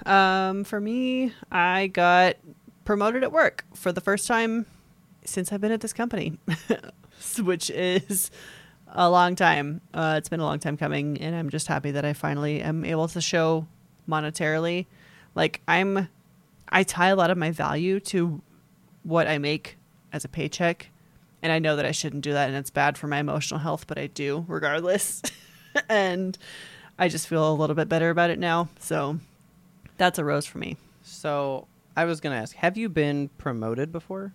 Speaker 2: Um, for me, I got promoted at work for the first time since I've been at this company, which is a long time. Uh, it's been a long time coming, and I'm just happy that I finally am able to show monetarily. Like I'm, I tie a lot of my value to what I make as a paycheck. And I know that I shouldn't do that and it's bad for my emotional health, but I do regardless. and I just feel a little bit better about it now. So that's a rose for me.
Speaker 1: So I was gonna ask, have you been promoted before?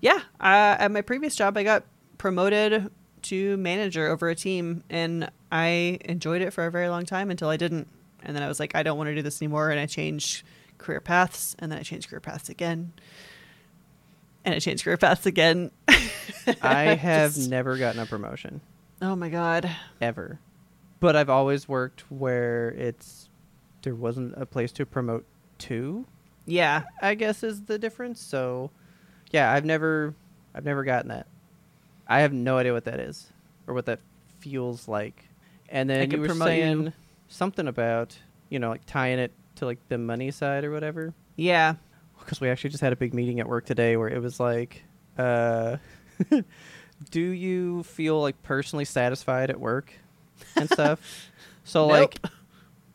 Speaker 2: Yeah. Uh, at my previous job, I got promoted to manager over a team and I enjoyed it for a very long time until I didn't. And then I was like, I don't want to do this anymore. And I changed career paths and then I changed career paths again. And I changed career paths again.
Speaker 1: I have
Speaker 2: Just-
Speaker 1: never gotten a promotion.
Speaker 2: Oh my God.
Speaker 1: ever. But I've always worked where it's there wasn't a place to promote to,
Speaker 2: Yeah.
Speaker 1: I guess is the difference. So yeah, I've never I've never gotten that. I have no idea what that is or what that feels like. And then
Speaker 2: could
Speaker 1: you were
Speaker 2: promote you.
Speaker 1: saying something about, you know, like tying it to like the money side or whatever
Speaker 2: Yeah.
Speaker 1: because we actually just had a big meeting at work today where it was like uh do you feel like personally satisfied at work and stuff so like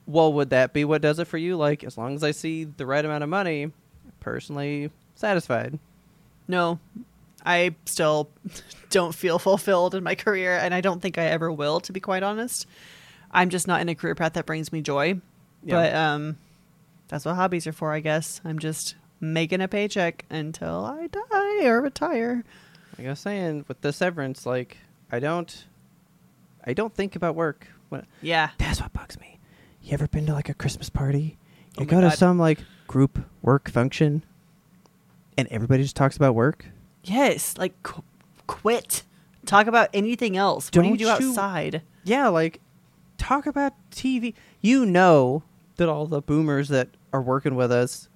Speaker 1: well would that be what does it for you like as long as i see the right amount of money personally satisfied
Speaker 2: No, I still don't feel fulfilled in my career, and I don't think I ever will, to be quite honest. I'm just not in a career path that brings me joy.
Speaker 1: Yeah.
Speaker 2: But um, that's what hobbies are for, I guess. I'm just making a paycheck until I die or retire.
Speaker 1: like i was saying with the severance like i don't i don't think about work when
Speaker 2: Yeah.
Speaker 1: That's what bugs me. You ever been to like a Christmas party?
Speaker 2: Oh
Speaker 1: You
Speaker 2: my
Speaker 1: go
Speaker 2: God.
Speaker 1: to some like group work function and everybody just talks about work?
Speaker 2: Yes. Like, qu- quit. Talk about anything else. what
Speaker 1: Don't
Speaker 2: do you do
Speaker 1: you-
Speaker 2: outside?
Speaker 1: Yeah, like talk about TV. You know that all the boomers that are working with us,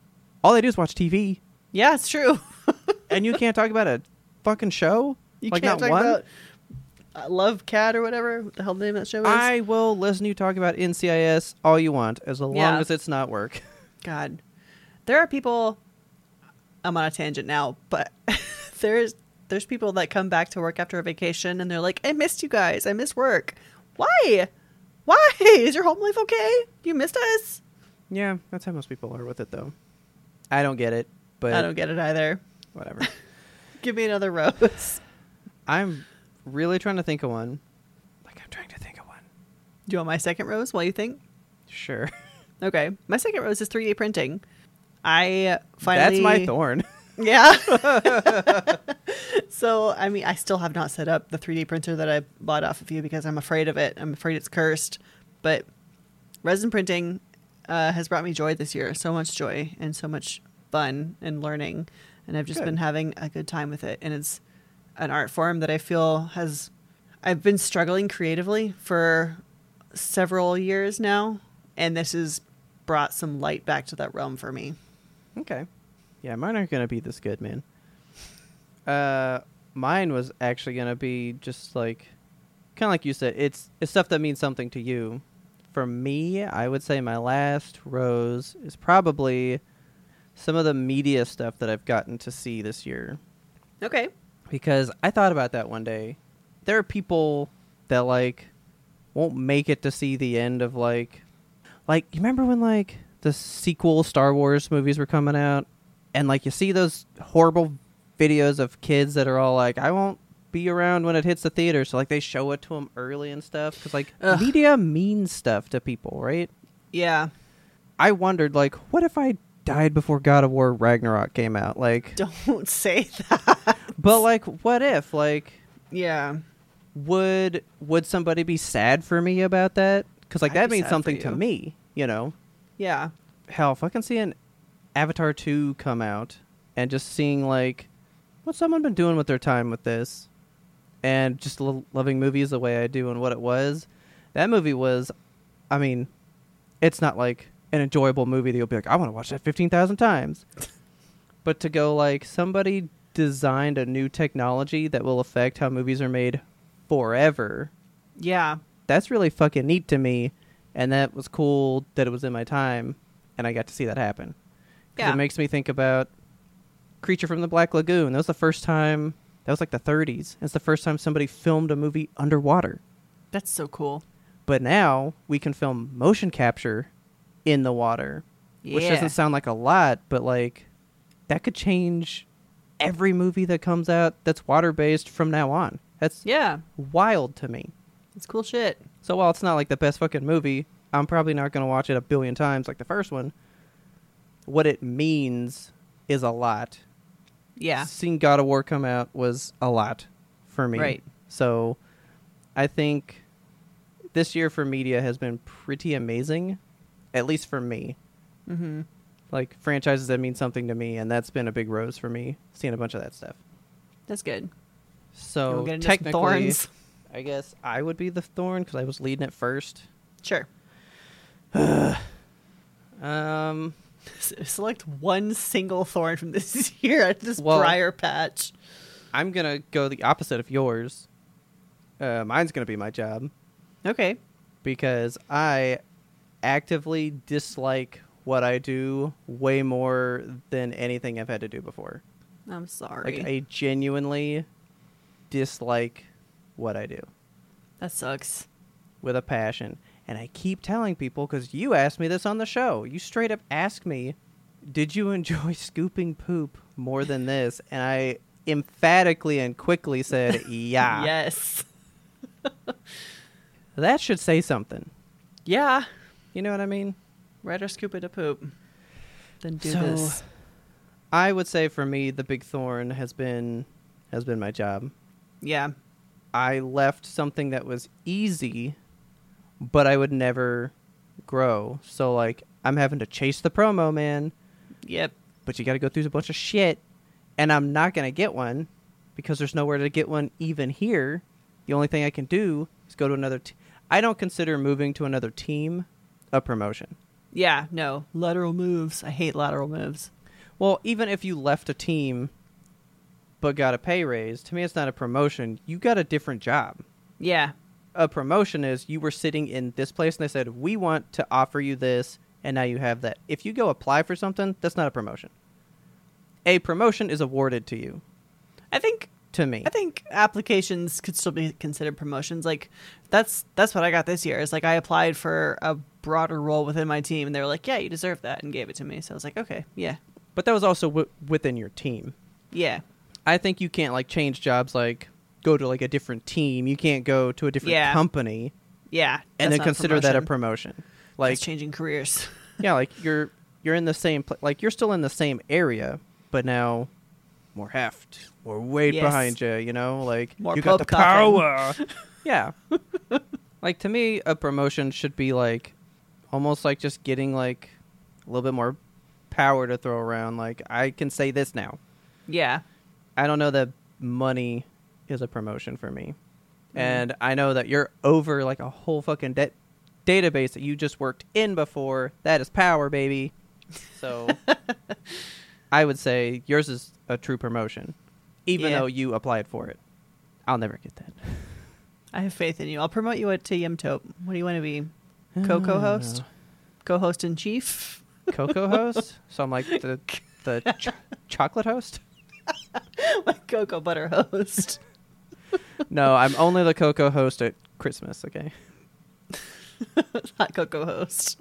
Speaker 1: all they do is watch TV
Speaker 2: Yeah, it's true.
Speaker 1: and you can't talk about a fucking show?
Speaker 2: You
Speaker 1: like
Speaker 2: can't
Speaker 1: not
Speaker 2: talk
Speaker 1: one?
Speaker 2: about uh, Love Cat or whatever what the hell the name of that show is.
Speaker 1: I will listen to you talk about NCIS all you want, as long
Speaker 2: Yeah.
Speaker 1: as it's not work.
Speaker 2: God, there are people. I'm on a tangent now, but there's there's people that come back to work after a vacation and they're like, "I missed you guys. I missed work. Why? Why is your home life okay? You missed us.
Speaker 1: Yeah, that's how most people are with it, though. I don't get it, but
Speaker 2: I don't get it either.
Speaker 1: whatever.
Speaker 2: Give me another rose.
Speaker 1: I'm really trying to think of one. Like I'm trying to think of one.
Speaker 2: Do you want my second rose while you think?
Speaker 1: Sure,
Speaker 2: Okay, my second rose is 3D printing. I finally
Speaker 1: that's my thorn.
Speaker 2: Yeah. so, I mean, I still have not set up the 3D printer that I bought off of you because I'm afraid of it. I'm afraid it's cursed. But resin printing uh, has brought me joy this year. So much joy and so much fun and learning. And I've just
Speaker 1: Good.
Speaker 2: been having a good time with it. And it's an art form that I feel has. I've been struggling creatively for several years now. And this has brought some light back to that realm for me.
Speaker 1: okay. Yeah, mine aren't gonna be this good, man. Uh, mine was actually gonna be just like, kind of like you said. It's it's stuff that means something to you. For me, I would say my last rose is probably some of the media stuff that I've gotten to see this year.
Speaker 2: Okay.
Speaker 1: because I thought about that one day. There are people that like won't make it to see the end of like like you remember when like the sequel Star Wars movies were coming out and like you see those horrible videos of kids that are all like I won't be around when it hits the theater so like they show it to them early and stuff cuz like
Speaker 2: Ugh.
Speaker 1: media means stuff to people, right?
Speaker 2: Yeah.
Speaker 1: I wondered like what if I died before God of War Ragnarok came out? Like
Speaker 2: Don't say that.
Speaker 1: but like what if like
Speaker 2: Yeah.
Speaker 1: would would somebody be sad for me about that? Because like
Speaker 2: I'd
Speaker 1: that
Speaker 2: be
Speaker 1: means
Speaker 2: sad for
Speaker 1: something to
Speaker 2: you.
Speaker 1: me, you know.
Speaker 2: Yeah.
Speaker 1: Hell, if I can see an Avatar two come out and just seeing like what's someone been doing with their time with this, and just lo- loving movies the way I do and what it was, that movie was, I mean, it's not like an enjoyable movie that you'll be like I want to watch that fifteen thousand times, but to go like somebody designed a new technology that will affect how movies are made forever
Speaker 2: Yeah.
Speaker 1: that's really fucking neat to me and that was cool that it was in my time and i got to see that happen 'Cause
Speaker 2: Yeah.
Speaker 1: it makes me think about creature from the black lagoon that was the first time that was like the 30s it's the first time somebody filmed a movie underwater
Speaker 2: That's so cool.
Speaker 1: but now we can film motion capture in the water which
Speaker 2: Yeah.
Speaker 1: doesn't sound like a lot but like that could change every movie that comes out that's water based from now on that's
Speaker 2: Yeah.
Speaker 1: wild to me
Speaker 2: It's cool shit.
Speaker 1: so while it's not like the best fucking movie, I'm probably not going to watch it a billion times like the first one. What it means is a lot.
Speaker 2: Yeah.
Speaker 1: Seeing God of War come out was a lot for me.
Speaker 2: Right.
Speaker 1: So I think this year for media has been pretty amazing, at least for me.
Speaker 2: Mm-hmm.
Speaker 1: Like franchises that mean something to me, and that's been a big rose for me, seeing a bunch of that stuff.
Speaker 2: That's good.
Speaker 1: So
Speaker 2: We'll get into some
Speaker 1: technically,
Speaker 2: thorns.
Speaker 1: I guess I would be the thorn because I was leading it first.
Speaker 2: Sure.
Speaker 1: Um,
Speaker 2: S- select one single thorn from this year at this
Speaker 1: Well-
Speaker 2: briar patch.
Speaker 1: I'm gonna go the opposite of yours. Uh, mine's gonna be my job
Speaker 2: Okay.
Speaker 1: because I actively dislike what I do way more than anything I've had to do before.
Speaker 2: I'm sorry.
Speaker 1: Like I genuinely dislike what I do
Speaker 2: that sucks.
Speaker 1: with a passion, and I keep telling people because you asked me this on the show. You straight up asked me, "Did you enjoy scooping poop more than this?" And I emphatically and quickly said, "Yeah."
Speaker 2: Ah. Yes.
Speaker 1: That should say something.
Speaker 2: Yeah.
Speaker 1: You know what I mean?
Speaker 2: Rather scoop it a poop than do
Speaker 1: So-
Speaker 2: this.
Speaker 1: I would say for me the big thorn has been has been my job.
Speaker 2: Yeah.
Speaker 1: I left something that was easy but I would never grow. So like I'm having to chase the promo man,
Speaker 2: Yep.
Speaker 1: but you got to go through a bunch of shit and I'm not going to get one because there's nowhere to get one even here. The only thing I can do is go to another t- I don't consider moving to another team a promotion.
Speaker 2: Yeah. No. Lateral moves. I hate lateral moves.
Speaker 1: Well, even if you left a team but got a pay raise, to me it's not a promotion. You got a different job.
Speaker 2: Yeah.
Speaker 1: a promotion is you were sitting in this place and they said we want to offer you this and now you have that if you go apply for something that's not a promotion a promotion is awarded to you
Speaker 2: I think
Speaker 1: to me
Speaker 2: I think applications could still be considered promotions. Like that's that's what I got this year. Is like I applied for a broader role within my team, and they were like, "Yeah, you deserve that," and gave it to me. So I was like, "Okay, yeah,
Speaker 1: but that was also w- within your team
Speaker 2: yeah,
Speaker 1: i think you can't like change jobs like go to like a different team you can't go to a different
Speaker 2: Yeah.
Speaker 1: company
Speaker 2: yeah,"
Speaker 1: and
Speaker 2: That's
Speaker 1: then
Speaker 2: not
Speaker 1: consider that a
Speaker 2: promotion.
Speaker 1: promotion
Speaker 2: That's
Speaker 1: like
Speaker 2: changing careers.
Speaker 1: yeah like you're you're in the same pla like you're still in the same area but now more heft more weight
Speaker 2: Yes.
Speaker 1: behind you you know like
Speaker 2: More
Speaker 1: you got the
Speaker 2: pop
Speaker 1: power
Speaker 2: coughing.
Speaker 1: yeah like to me a promotion should be like almost like just getting like a little bit more power to throw around like i can say this now
Speaker 2: yeah,
Speaker 1: i don't know that money is a promotion for me and i know that you're over like a whole fucking debt database that you just worked in before that is power baby so i would say yours is a true promotion even
Speaker 2: Yeah.
Speaker 1: though you applied for it i'll never get that
Speaker 2: I have faith in you. I'll promote you to Yemtope. What do you want to be? Co-co-host, co-host in chief.
Speaker 1: cocoa host so i'm like the the ch- chocolate host
Speaker 2: like cocoa butter host.
Speaker 1: no i'm only the cocoa host at christmas okay
Speaker 2: Hot Cocoa host.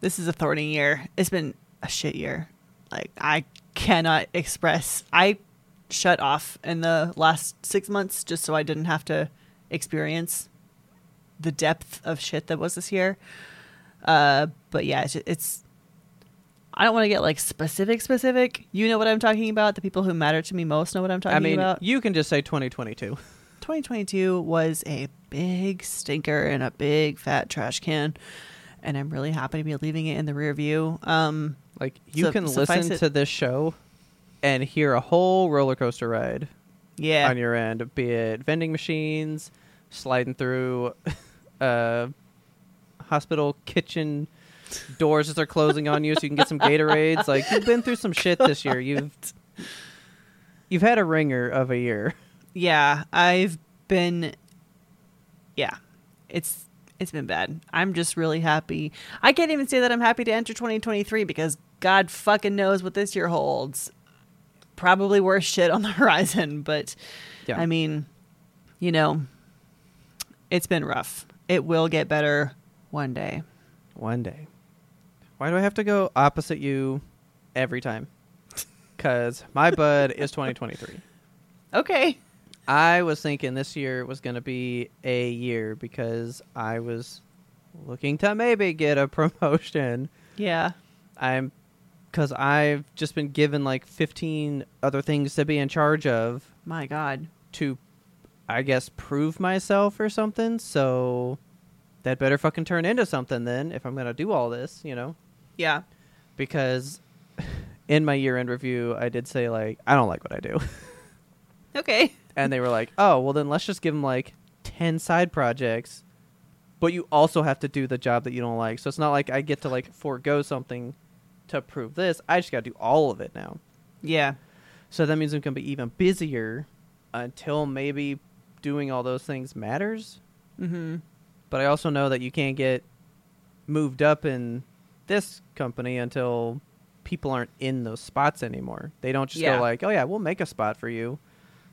Speaker 2: This is a thorny year. It's been a shit year. Like I cannot express. I shut off in the last six months just so I didn't have to experience the depth of shit that was this year. Uh, but yeah, it's, it's I don't want to get like specific, specific. You know what I'm talking about. The people who matter to me most know what I'm talking
Speaker 1: i mean uh,
Speaker 2: about.
Speaker 1: you can just say 2022
Speaker 2: 2022 was a big stinker and a big fat trash can and i'm really happy to be leaving it in the rear view um
Speaker 1: like you
Speaker 2: Su-
Speaker 1: can
Speaker 2: suffice
Speaker 1: listen
Speaker 2: it-
Speaker 1: to this show and hear a whole roller coaster ride
Speaker 2: yeah
Speaker 1: on your end be it vending machines sliding through uh hospital kitchen doors as they're closing on you so you can get some gatorades like you've been through some shit this year you've you've had a ringer of a year
Speaker 2: yeah i've been yeah it's it's been bad i'm just really happy i can't even say that i'm happy to enter 2023 because god fucking knows what this year holds probably worse shit on the horizon but
Speaker 1: Yeah.
Speaker 2: I mean, you know, it's been rough. It will get better one day.
Speaker 1: One day. Why do I have to go opposite you every time? Because my bud is 2023.
Speaker 2: Okay.
Speaker 1: I was thinking this year was going to be a year because I was looking to maybe get a promotion.
Speaker 2: Yeah.
Speaker 1: I'm because I've just been given like 15 other things to be in charge of
Speaker 2: My God.
Speaker 1: to, I guess, prove myself or something. So that better fucking turn into something then if I'm going to do all this, you know?
Speaker 2: Yeah.
Speaker 1: because in my year end review, I did say like I don't like what I do,
Speaker 2: Okay.
Speaker 1: and they were like, "Oh, well then let's just give them like ten side projects, but you also have to do the job that you don't like. So it's not like I get to like forego something to prove this. I just got to do all of it now.
Speaker 2: Yeah.
Speaker 1: So that means I'm gonna be even busier until maybe doing all those things matters.
Speaker 2: Mm-hmm.
Speaker 1: But I also know that you can't get moved up in this company until people aren't in those spots anymore. They don't just
Speaker 2: Yeah.
Speaker 1: go like, "Oh yeah, we'll make a spot for you,"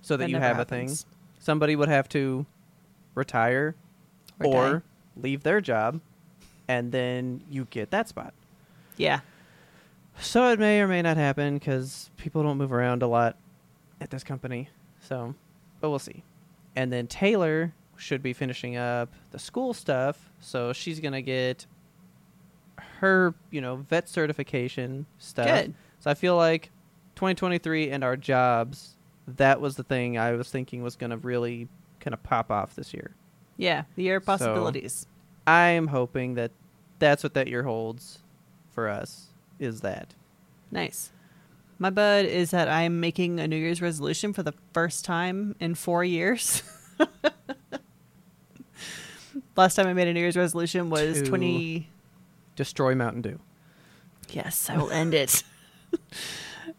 Speaker 1: so that,
Speaker 2: That
Speaker 1: you
Speaker 2: never
Speaker 1: have
Speaker 2: happens.
Speaker 1: a thing. Somebody would have to retire
Speaker 2: Or
Speaker 1: or,
Speaker 2: die.
Speaker 1: leave their job, and then you get that spot.
Speaker 2: Yeah.
Speaker 1: So it may or may not happen because people don't move around a lot at this company. So, but we'll see. And then Taylor should be finishing up the school stuff, so she's gonna get her, you know, vet certification stuff.
Speaker 2: Good.
Speaker 1: So I feel like 2023 and our jobs. That was the thing I was thinking was gonna really kind of pop off this year.
Speaker 2: Yeah. The year of
Speaker 1: So-
Speaker 2: possibilities.
Speaker 1: I am hoping that that's what that year holds for us. Is that
Speaker 2: Nice. My bud is that I'm making a New Year's resolution for the first time in four years. Last time I made a New Year's resolution was
Speaker 1: To-
Speaker 2: 20.
Speaker 1: destroy Mountain Dew?
Speaker 2: Yes, I will end it.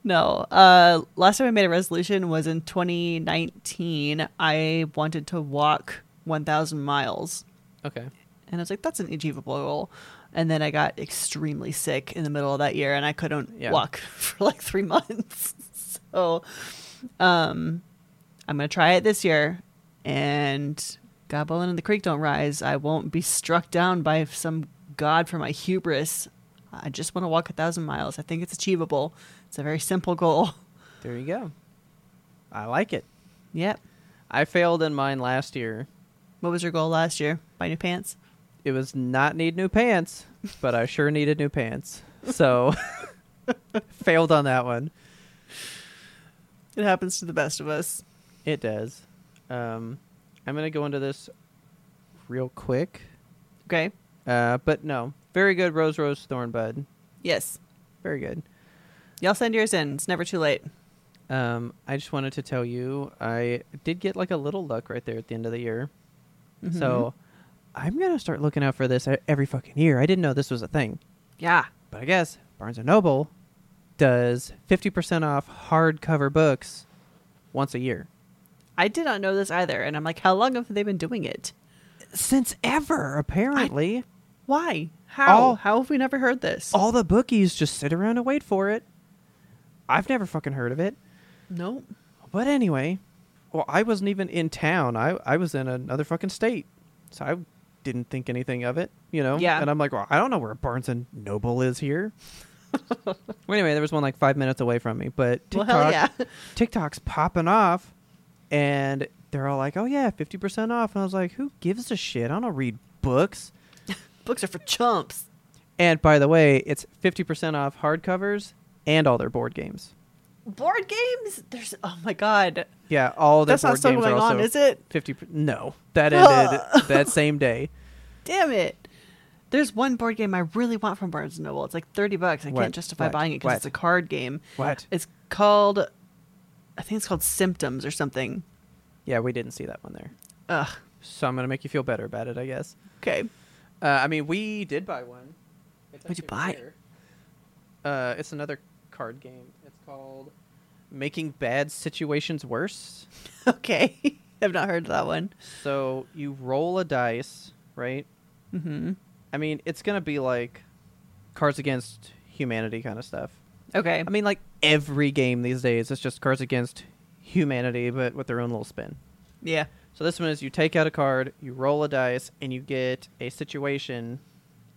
Speaker 2: No. Uh, last time I made a resolution was in 2019. I wanted to walk 1,000 miles.
Speaker 1: Okay.
Speaker 2: And I was like, that's an achievable goal. And then I got extremely sick in the middle of that year and I couldn't
Speaker 1: Yeah.
Speaker 2: walk for like three months. so um, I'm going to try it this year. And Goblin and the Creek don't rise. I won't be struck down by some god for my hubris. I just want to walk a thousand miles. I think it's achievable. It's a very simple goal.
Speaker 1: There you go. I like it.
Speaker 2: yep.
Speaker 1: I failed in mine last year.
Speaker 2: What was your goal last year? Buy new pants?
Speaker 1: It was not need new pants, but I sure needed new pants. So failed on that one.
Speaker 2: It happens to the best of us.
Speaker 1: It does. Um, I'm gonna go into this real quick.
Speaker 2: Okay.
Speaker 1: Uh, but no, very good. Rose, rose, thorn, bud.
Speaker 2: Yes.
Speaker 1: Very good.
Speaker 2: Y'all send yours in. It's never too late.
Speaker 1: Um, I just wanted to tell you, I did get like a little luck right there at the end of the year. So I'm gonna start looking out for this e- every fucking year. I didn't know this was a thing,
Speaker 2: Yeah.
Speaker 1: but I guess Barnes and Noble does 50% off hardcover books once a year
Speaker 2: I did not know this either. And I'm like, how long have they been doing it?
Speaker 1: since ever. Apparently,
Speaker 2: Why? How?
Speaker 1: All-
Speaker 2: how have we never heard this?
Speaker 1: all the bookies just sit around and wait for it. I've never fucking heard of it.
Speaker 2: nope.
Speaker 1: But anyway, well, I wasn't even in town. I I was in another fucking state, so I didn't think anything of it. You know.
Speaker 2: Yeah.
Speaker 1: And I'm like, well, I don't know where Barnes and Noble is here. well, anyway, there was one like five minutes away from me, but
Speaker 2: Well,
Speaker 1: TikTok,
Speaker 2: hell yeah.
Speaker 1: TikTok's popping off, and they're all like, oh yeah, fifty percent off, and I was like, who gives a shit? I don't read books.
Speaker 2: Books are for chumps.
Speaker 1: And by the way, it's fifty percent off hardcovers and all their board games.
Speaker 2: Board games? There's oh my god.
Speaker 1: Yeah, all their
Speaker 2: That's
Speaker 1: board
Speaker 2: not still
Speaker 1: games
Speaker 2: going
Speaker 1: are
Speaker 2: on,
Speaker 1: also
Speaker 2: is it?
Speaker 1: Fifty. per- No, that ended that same day.
Speaker 2: Damn it. There's one board game I really want from Barnes and Noble. It's like 30 bucks. I
Speaker 1: What?
Speaker 2: can't justify
Speaker 1: What?
Speaker 2: buying it because
Speaker 1: What?
Speaker 2: it's a card game.
Speaker 1: What?
Speaker 2: It's called I think it's called Symptoms or something.
Speaker 1: Yeah, we didn't see that one there.
Speaker 2: Ugh.
Speaker 1: So I'm gonna make you feel better about it, I guess.
Speaker 2: Okay.
Speaker 1: Uh, I mean, we did buy one. It's
Speaker 2: What'd you
Speaker 1: actually
Speaker 2: buy?
Speaker 1: here. Uh, it's another card game. It's called "Making Bad Situations Worse."
Speaker 2: Okay. I've not heard of that one.
Speaker 1: So you roll a dice, right?
Speaker 2: Mm-hmm.
Speaker 1: I mean, it's gonna be like Cards Against Humanity kind of stuff.
Speaker 2: Okay.
Speaker 1: I mean, like every game these days, it's just Cards Against Humanity, but with their own little spin.
Speaker 2: yeah.
Speaker 1: So this one is you take out a card, you roll a dice, and you get a situation,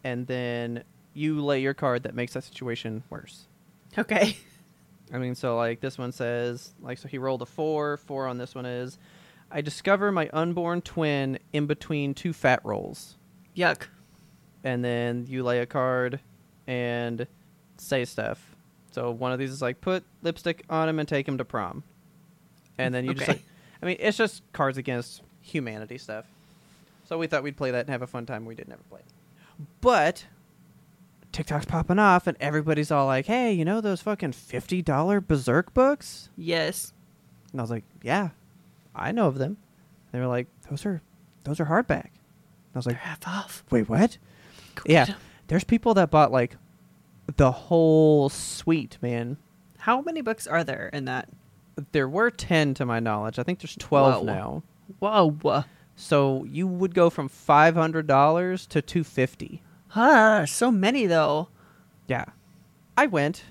Speaker 1: and then you lay your card that makes that situation worse.
Speaker 2: Okay.
Speaker 1: I mean, so like this one says, like, so he rolled a four. Four on this one is, I discover my unborn twin in between two fat rolls.
Speaker 2: Yuck.
Speaker 1: and then you lay a card and say stuff. So one of these is like put lipstick on him and take him to prom. And then you just
Speaker 2: Okay.
Speaker 1: like I mean it's just cards against humanity stuff. So we thought we'd play that and have a fun time. We did never play it. But TikTok's popping off and everybody's all like, "Hey, you know those fucking $50 Berserk books?"
Speaker 2: Yes.
Speaker 1: And I was like, "Yeah, I know of them." They were like, "Those are those are hardback." And I was like,
Speaker 2: Half off.
Speaker 1: "Wait, what?"
Speaker 2: Go
Speaker 1: yeah
Speaker 2: get 'em.
Speaker 1: there's people that bought like the whole suite man
Speaker 2: How many books are there in that?
Speaker 1: there were 10 to my knowledge i think there's 12
Speaker 2: Whoa.
Speaker 1: now
Speaker 2: Whoa.
Speaker 1: so you would go from $500 to 250
Speaker 2: Ah, so many though.
Speaker 1: yeah i went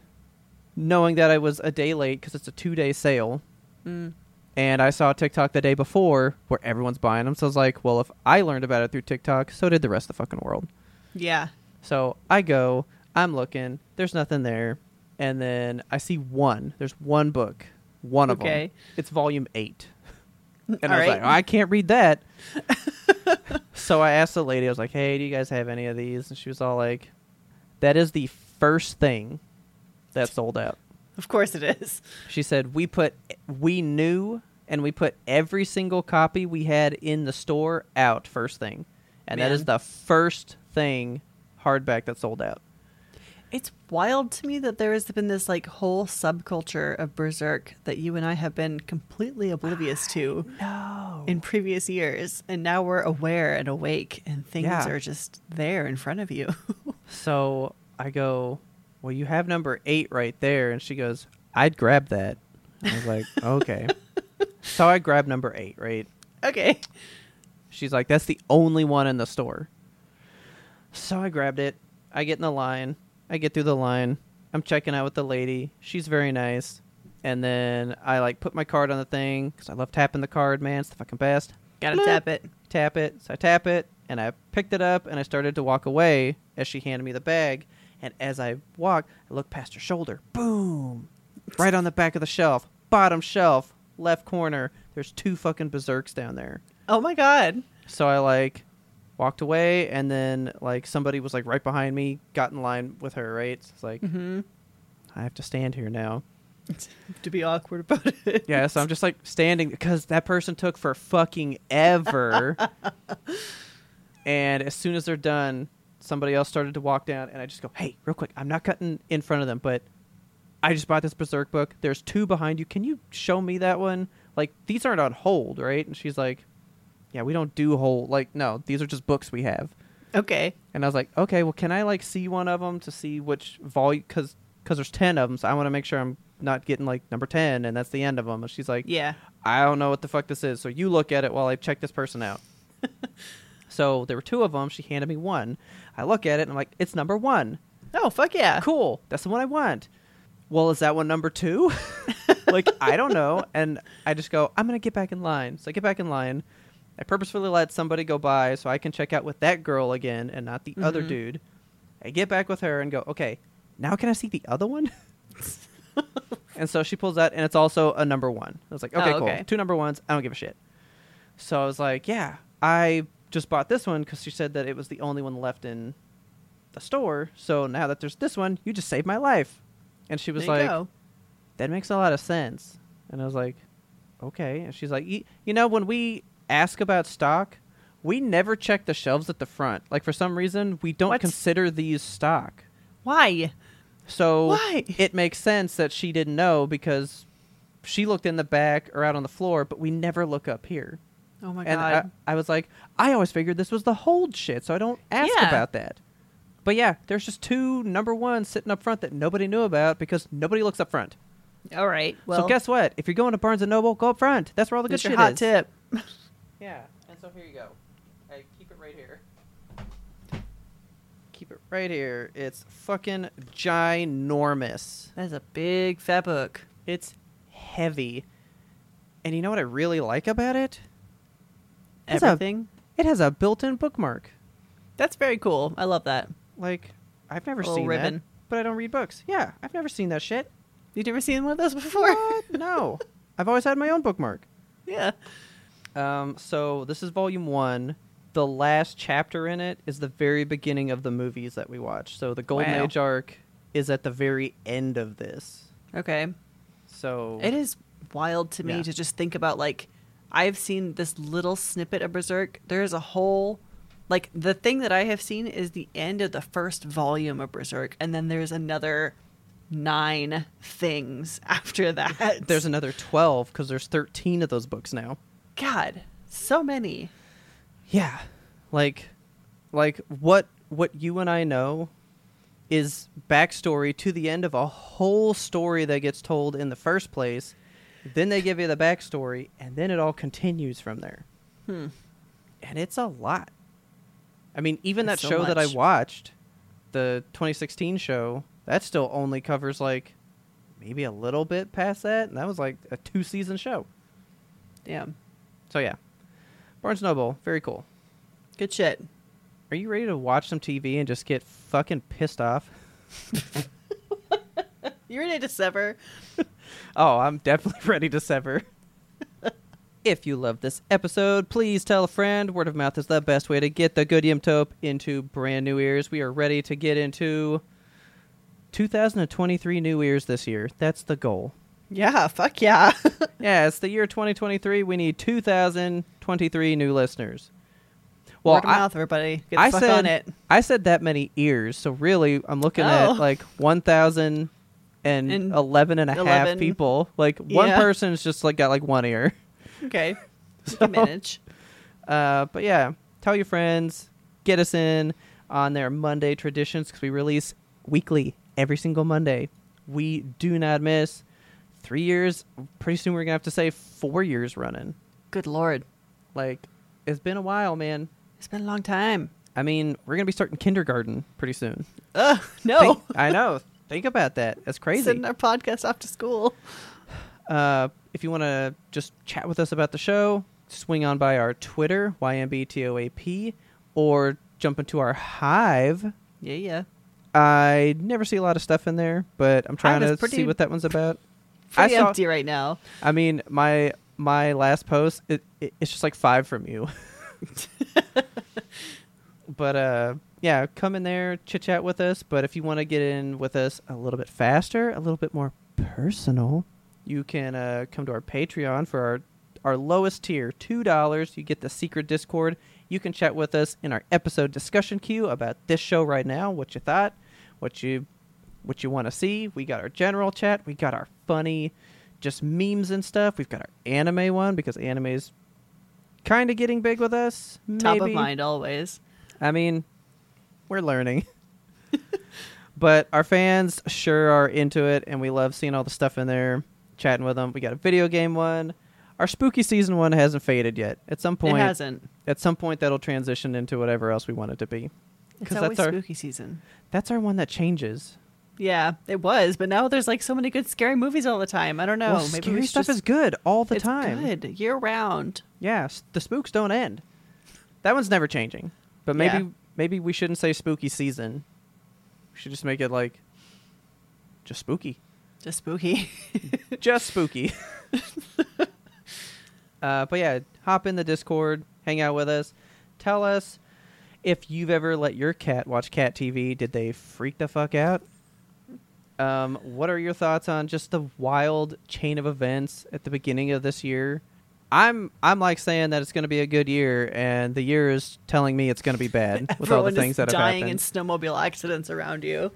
Speaker 1: knowing that i was a day late because it's a two-day sale Mm. and i saw tiktok the day before where everyone's buying them so i was like well if i learned about it through tiktok so did the rest of the fucking world
Speaker 2: Yeah.
Speaker 1: So I go, I'm looking, there's nothing there, and then I see one. There's one book, one of
Speaker 2: Okay.
Speaker 1: them. It's volume eight. And I
Speaker 2: All
Speaker 1: was
Speaker 2: right.
Speaker 1: like, "Oh, I can't read that. so I asked the lady, I was like, hey, do you guys have any of these? And she was all like, that is the first thing that sold out.
Speaker 2: Of course it is.
Speaker 1: She said, we put, we knew, and we put every single copy we had in the store out first thing. And that is
Speaker 2: Man.
Speaker 1: the first thing hardback that sold out.
Speaker 2: It's wild to me that there has been this like whole subculture of berserk that you and I have been completely oblivious to in previous years, and now we're aware and awake, and things
Speaker 1: Yeah.
Speaker 2: are just there in front of you.
Speaker 1: So I go, Well, you have number eight right there. And she goes, I'd grab that. I was like, okay. So I grabbed number eight, right?
Speaker 2: Okay.
Speaker 1: She's like, that's the only one in the store. So I grabbed it. I get in the line. I get through the line. I'm checking out with the lady. She's very nice. And then I like put my card on the thing because I love tapping the card, man. It's the fucking best.
Speaker 2: Gotta
Speaker 1: Bloop.
Speaker 2: tap it.
Speaker 1: Tap it. So I tap it and I picked it up and I started to walk away as she handed me the bag. And as I walked, I looked past her shoulder. Boom! Right on the back of the shelf, bottom shelf, left corner. There's two fucking berserks down there.
Speaker 2: Oh my god.
Speaker 1: So I like walked away, and then like somebody was like right behind me, got in line with her. Right? So it's like
Speaker 2: Mm-hmm.
Speaker 1: I have to stand here now.
Speaker 2: to be awkward about it.
Speaker 1: Yeah, so I'm just like standing because that person took for fucking ever. and as soon as they're done, somebody else started to walk down, and I just go, "Hey, real quick, I'm not cutting in front of them, but I just bought this Berserk book. There's two behind you. Can you show me that one? Like these aren't on hold, right?" And she's like, "Yeah, we don't do hold. Like no, these are just books we have."
Speaker 2: Okay.
Speaker 1: And I was like, okay, well, can I like see one of them to see which volume? Because there's ten of them, so I want to make sure I'm not getting like number ten, and that's the end of them. And she's like,
Speaker 2: Yeah.
Speaker 1: I don't know what the fuck this is, so you look at it while I check this person out. so there were two of them. She handed me one. I look at it and I'm like, it's number one.
Speaker 2: Oh fuck yeah.
Speaker 1: Cool, that's the one I want. Well, is that one number two? like I don't know. And I just go, I'm gonna get back in line. So I get back in line. I purposefully let somebody go by so I can check out with that girl again and not the other
Speaker 2: Mm-hmm.
Speaker 1: dude. I get back with her and go, okay, now can I see the other one? and so she pulls out, and it's also a number one. I was like,
Speaker 2: Oh,
Speaker 1: okay,
Speaker 2: okay.
Speaker 1: cool. Two number ones. I don't give a shit. So I was like, yeah, I just bought this one because she said that it was the only one left in the store. So now that there's this one, you just saved my life. And she was
Speaker 2: There you
Speaker 1: like,
Speaker 2: go.
Speaker 1: that makes a lot of sense. And I was like, okay. And she's like, "Y- you know, when we ask about stock, we never check the shelves at the front. Like for some reason, we don't
Speaker 2: What?
Speaker 1: consider these stock.
Speaker 2: why?
Speaker 1: So
Speaker 2: Why?
Speaker 1: it makes sense that she didn't know because she looked in the back or out on the floor, but we never look up here.
Speaker 2: Oh my
Speaker 1: and
Speaker 2: god.
Speaker 1: I, I was like, I always figured this was the hold shit, so I don't ask
Speaker 2: Yeah.
Speaker 1: about that. But yeah, there's just two number ones sitting up front that nobody knew about because nobody looks up front
Speaker 2: All right. Well,
Speaker 1: so guess what? If you're going to Barnes and Noble, go up front. That's where all the good
Speaker 2: that's
Speaker 1: shit
Speaker 2: your hot
Speaker 1: is.
Speaker 2: tip.
Speaker 1: Yeah, and so here you go. I keep it right here. Keep it right here. It's fucking ginormous.
Speaker 2: That's a big fat book.
Speaker 1: It's heavy, and you know what I really like about it? It's a-
Speaker 2: Everything.
Speaker 1: It has a built-in bookmark.
Speaker 2: That's very cool. I love that.
Speaker 1: Like I've never
Speaker 2: A little
Speaker 1: seen that,
Speaker 2: ribbon.
Speaker 1: but I don't read books. Yeah, I've never seen that shit.
Speaker 2: You've never seen one of those before?
Speaker 1: What? no, I've always had my own bookmark.
Speaker 2: yeah.
Speaker 1: Um, so this is volume one. The last chapter in it is the very beginning of the movies that we watch. So the Golden
Speaker 2: Wow.
Speaker 1: Age arc is at the very end of this.
Speaker 2: Okay.
Speaker 1: So
Speaker 2: It is wild to me
Speaker 1: Yeah.
Speaker 2: to just think about like I've seen this little snippet of Berserk. There's a whole like the thing that I have seen is the end of the first volume of Berserk and then there's another 9 things after that.
Speaker 1: There's another twelve because there's thirteen of those books now.
Speaker 2: god, so many.
Speaker 1: Yeah, like, like what what you and I know is backstory to the end of a whole story that gets told in the first place. Then they give you the backstory, and then it all continues from there.
Speaker 2: Hmm.
Speaker 1: and it's a lot. I mean, even
Speaker 2: That's
Speaker 1: that
Speaker 2: so
Speaker 1: show that I
Speaker 2: much.
Speaker 1: watched, the 2016 show, that still only covers like maybe a little bit past that, and that was like a two season show.
Speaker 2: Damn.
Speaker 1: So yeah, Barnes Noble, very cool.
Speaker 2: Good shit.
Speaker 1: Are you ready to watch some TV and just get fucking pissed off?
Speaker 2: You ready to sever?
Speaker 1: Oh, I'm definitely ready to sever. if you love this episode, please tell a friend. Word of mouth is the best way to get the good Yumtope into brand new ears. We are ready to get into 2023 new ears this year. That's the goal.
Speaker 2: Yeah, fuck yeah.
Speaker 1: Yeah, it's the year 2023. We need 2023 new listeners. Well,
Speaker 2: Word of
Speaker 1: I-
Speaker 2: mouth, everybody. Get the
Speaker 1: I
Speaker 2: fuck
Speaker 1: said
Speaker 2: on it.
Speaker 1: I said that many ears, so really I'm looking
Speaker 2: Oh.
Speaker 1: at like 1,000 and,
Speaker 2: And
Speaker 1: 11 and a half
Speaker 2: 11.
Speaker 1: people. Like one
Speaker 2: Yeah.
Speaker 1: person's just like got like one ear.
Speaker 2: Okay. You can manage.
Speaker 1: Uh, but yeah, tell your friends, get us in on their Monday traditions because we release weekly every single Monday. We do not miss. three years. Pretty soon we're gonna have to say four years running.
Speaker 2: Good lord.
Speaker 1: Like, it's been a while, man.
Speaker 2: It's been a long time.
Speaker 1: I mean, we're gonna be starting kindergarten pretty soon.
Speaker 2: Ugh, no.
Speaker 1: Think- I know. Think about that. That's crazy.
Speaker 2: Sending our podcast off to school.
Speaker 1: Uh, if you want to just chat with us about the show, swing on by our Twitter, YMBTOAP, or jump into our Hive.
Speaker 2: Yeah, yeah.
Speaker 1: I never see a lot of stuff in there, but I'm trying
Speaker 2: is
Speaker 1: to
Speaker 2: pretty-
Speaker 1: see what that one's about.
Speaker 2: Pretty
Speaker 1: I saw-
Speaker 2: empty right now.
Speaker 1: I mean, my my last post, it, it it's just like five from you. but uh, yeah, come in there, chit chat with us. But if you want to get in with us a little bit faster, a little bit more personal, you can uh, come to our Patreon for our our lowest tier, two dollars. You get the secret Discord. You can chat with us in our episode discussion queue about this show right now. What you thought, what you what you want to see. We got our general chat. We got our funny, just memes and stuff. We've got our anime one because anime's kind of getting big with us.
Speaker 2: Top of
Speaker 1: maybe.
Speaker 2: mind always.
Speaker 1: I mean, we're learning. but our fans sure are into it, and we love seeing all the stuff in there, chatting with them. We got a video game one. Our spooky season one hasn't faded yet. At some point,
Speaker 2: It hasn't.
Speaker 1: At some point, that'll transition into whatever else we want it to be.
Speaker 2: It's
Speaker 1: 'Cause
Speaker 2: always
Speaker 1: that's our
Speaker 2: spooky season.
Speaker 1: that's our one that changes.
Speaker 2: Yeah, it was, but now there's like so many good scary movies all the time. I don't know.
Speaker 1: well,
Speaker 2: Oh, maybe
Speaker 1: scary
Speaker 2: we
Speaker 1: stuff
Speaker 2: just,
Speaker 1: is good all the
Speaker 2: it's
Speaker 1: time.
Speaker 2: good year round.
Speaker 1: Yeah, s- the spooks don't end. That one's never changing. But maybe
Speaker 2: Yeah.
Speaker 1: maybe we shouldn't say spooky season. We should just make it like just spooky.
Speaker 2: Just spooky.
Speaker 1: just spooky. uh, but yeah, hop in the Discord, hang out with us, tell us if you've ever let your cat watch cat TV. Did they freak the fuck out? Um, what are your thoughts on just the wild chain of events at the beginning of this year? I'm I'm like saying that it's going to be a good year, and the year is telling me it's going to be bad with all the
Speaker 2: Everyone is
Speaker 1: things that have
Speaker 2: dying
Speaker 1: happened.
Speaker 2: in snowmobile accidents around you.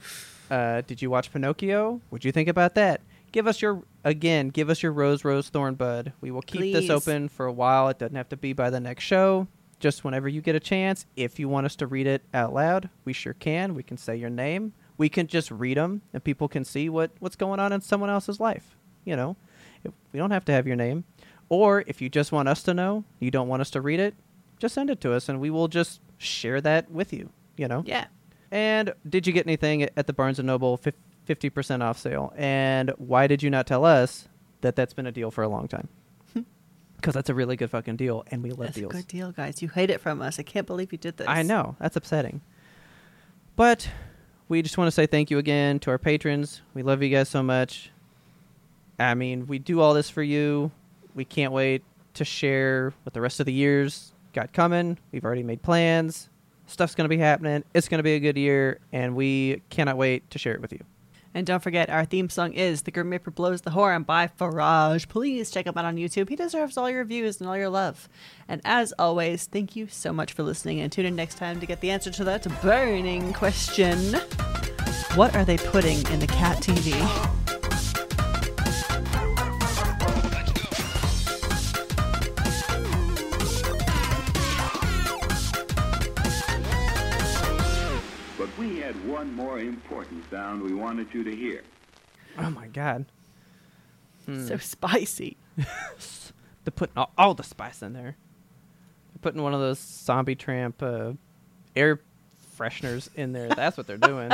Speaker 1: Uh, did you watch Pinocchio? What'd you think about that? Give us your again. Give us your rose, rose, thorn, bud. We will keep
Speaker 2: Please.
Speaker 1: this open for a while. It doesn't have to be by the next show. Just whenever you get a chance. If you want us to read it out loud, we sure can. We can say your name. We can just read them, and people can see what what's going on in someone else's life. You know, If- we don't have to have your name. Or if you just want us to know, you don't want us to read it, just send it to us, and we will just share that with you. You know.
Speaker 2: Yeah.
Speaker 1: And did you get anything at the Barnes and Noble fif- 50% off sale? And why did you not tell us that that's been a deal for a long time? Because that's a really good fucking deal, and we love
Speaker 2: That's
Speaker 1: deals.
Speaker 2: a good deal, guys. You hid it from us. I can't believe you did this.
Speaker 1: I know that's upsetting, but we just want to say thank you again to our patrons. We love you guys so much. I mean, we do all this for you. We can't wait to share what the rest of the years got coming. We've already made plans. Stuff's going to be happening. It's going to be a good year, and we cannot wait to share it with you.
Speaker 2: And don't forget, our theme song is The Grim Reaper Blows the Horn by Faraj. Please check him out on YouTube. He deserves all your views and all your love. And as always, thank you so much for listening and tune in next time to get the answer to that burning question What are they putting in the cat TV?
Speaker 3: But we had one more important sound we wanted you to hear.
Speaker 1: Oh my god,
Speaker 2: So spicy.
Speaker 1: they're putting all, all the spice in there. They're putting one of those zombie tramp uh, air fresheners in there. That's what they're doing.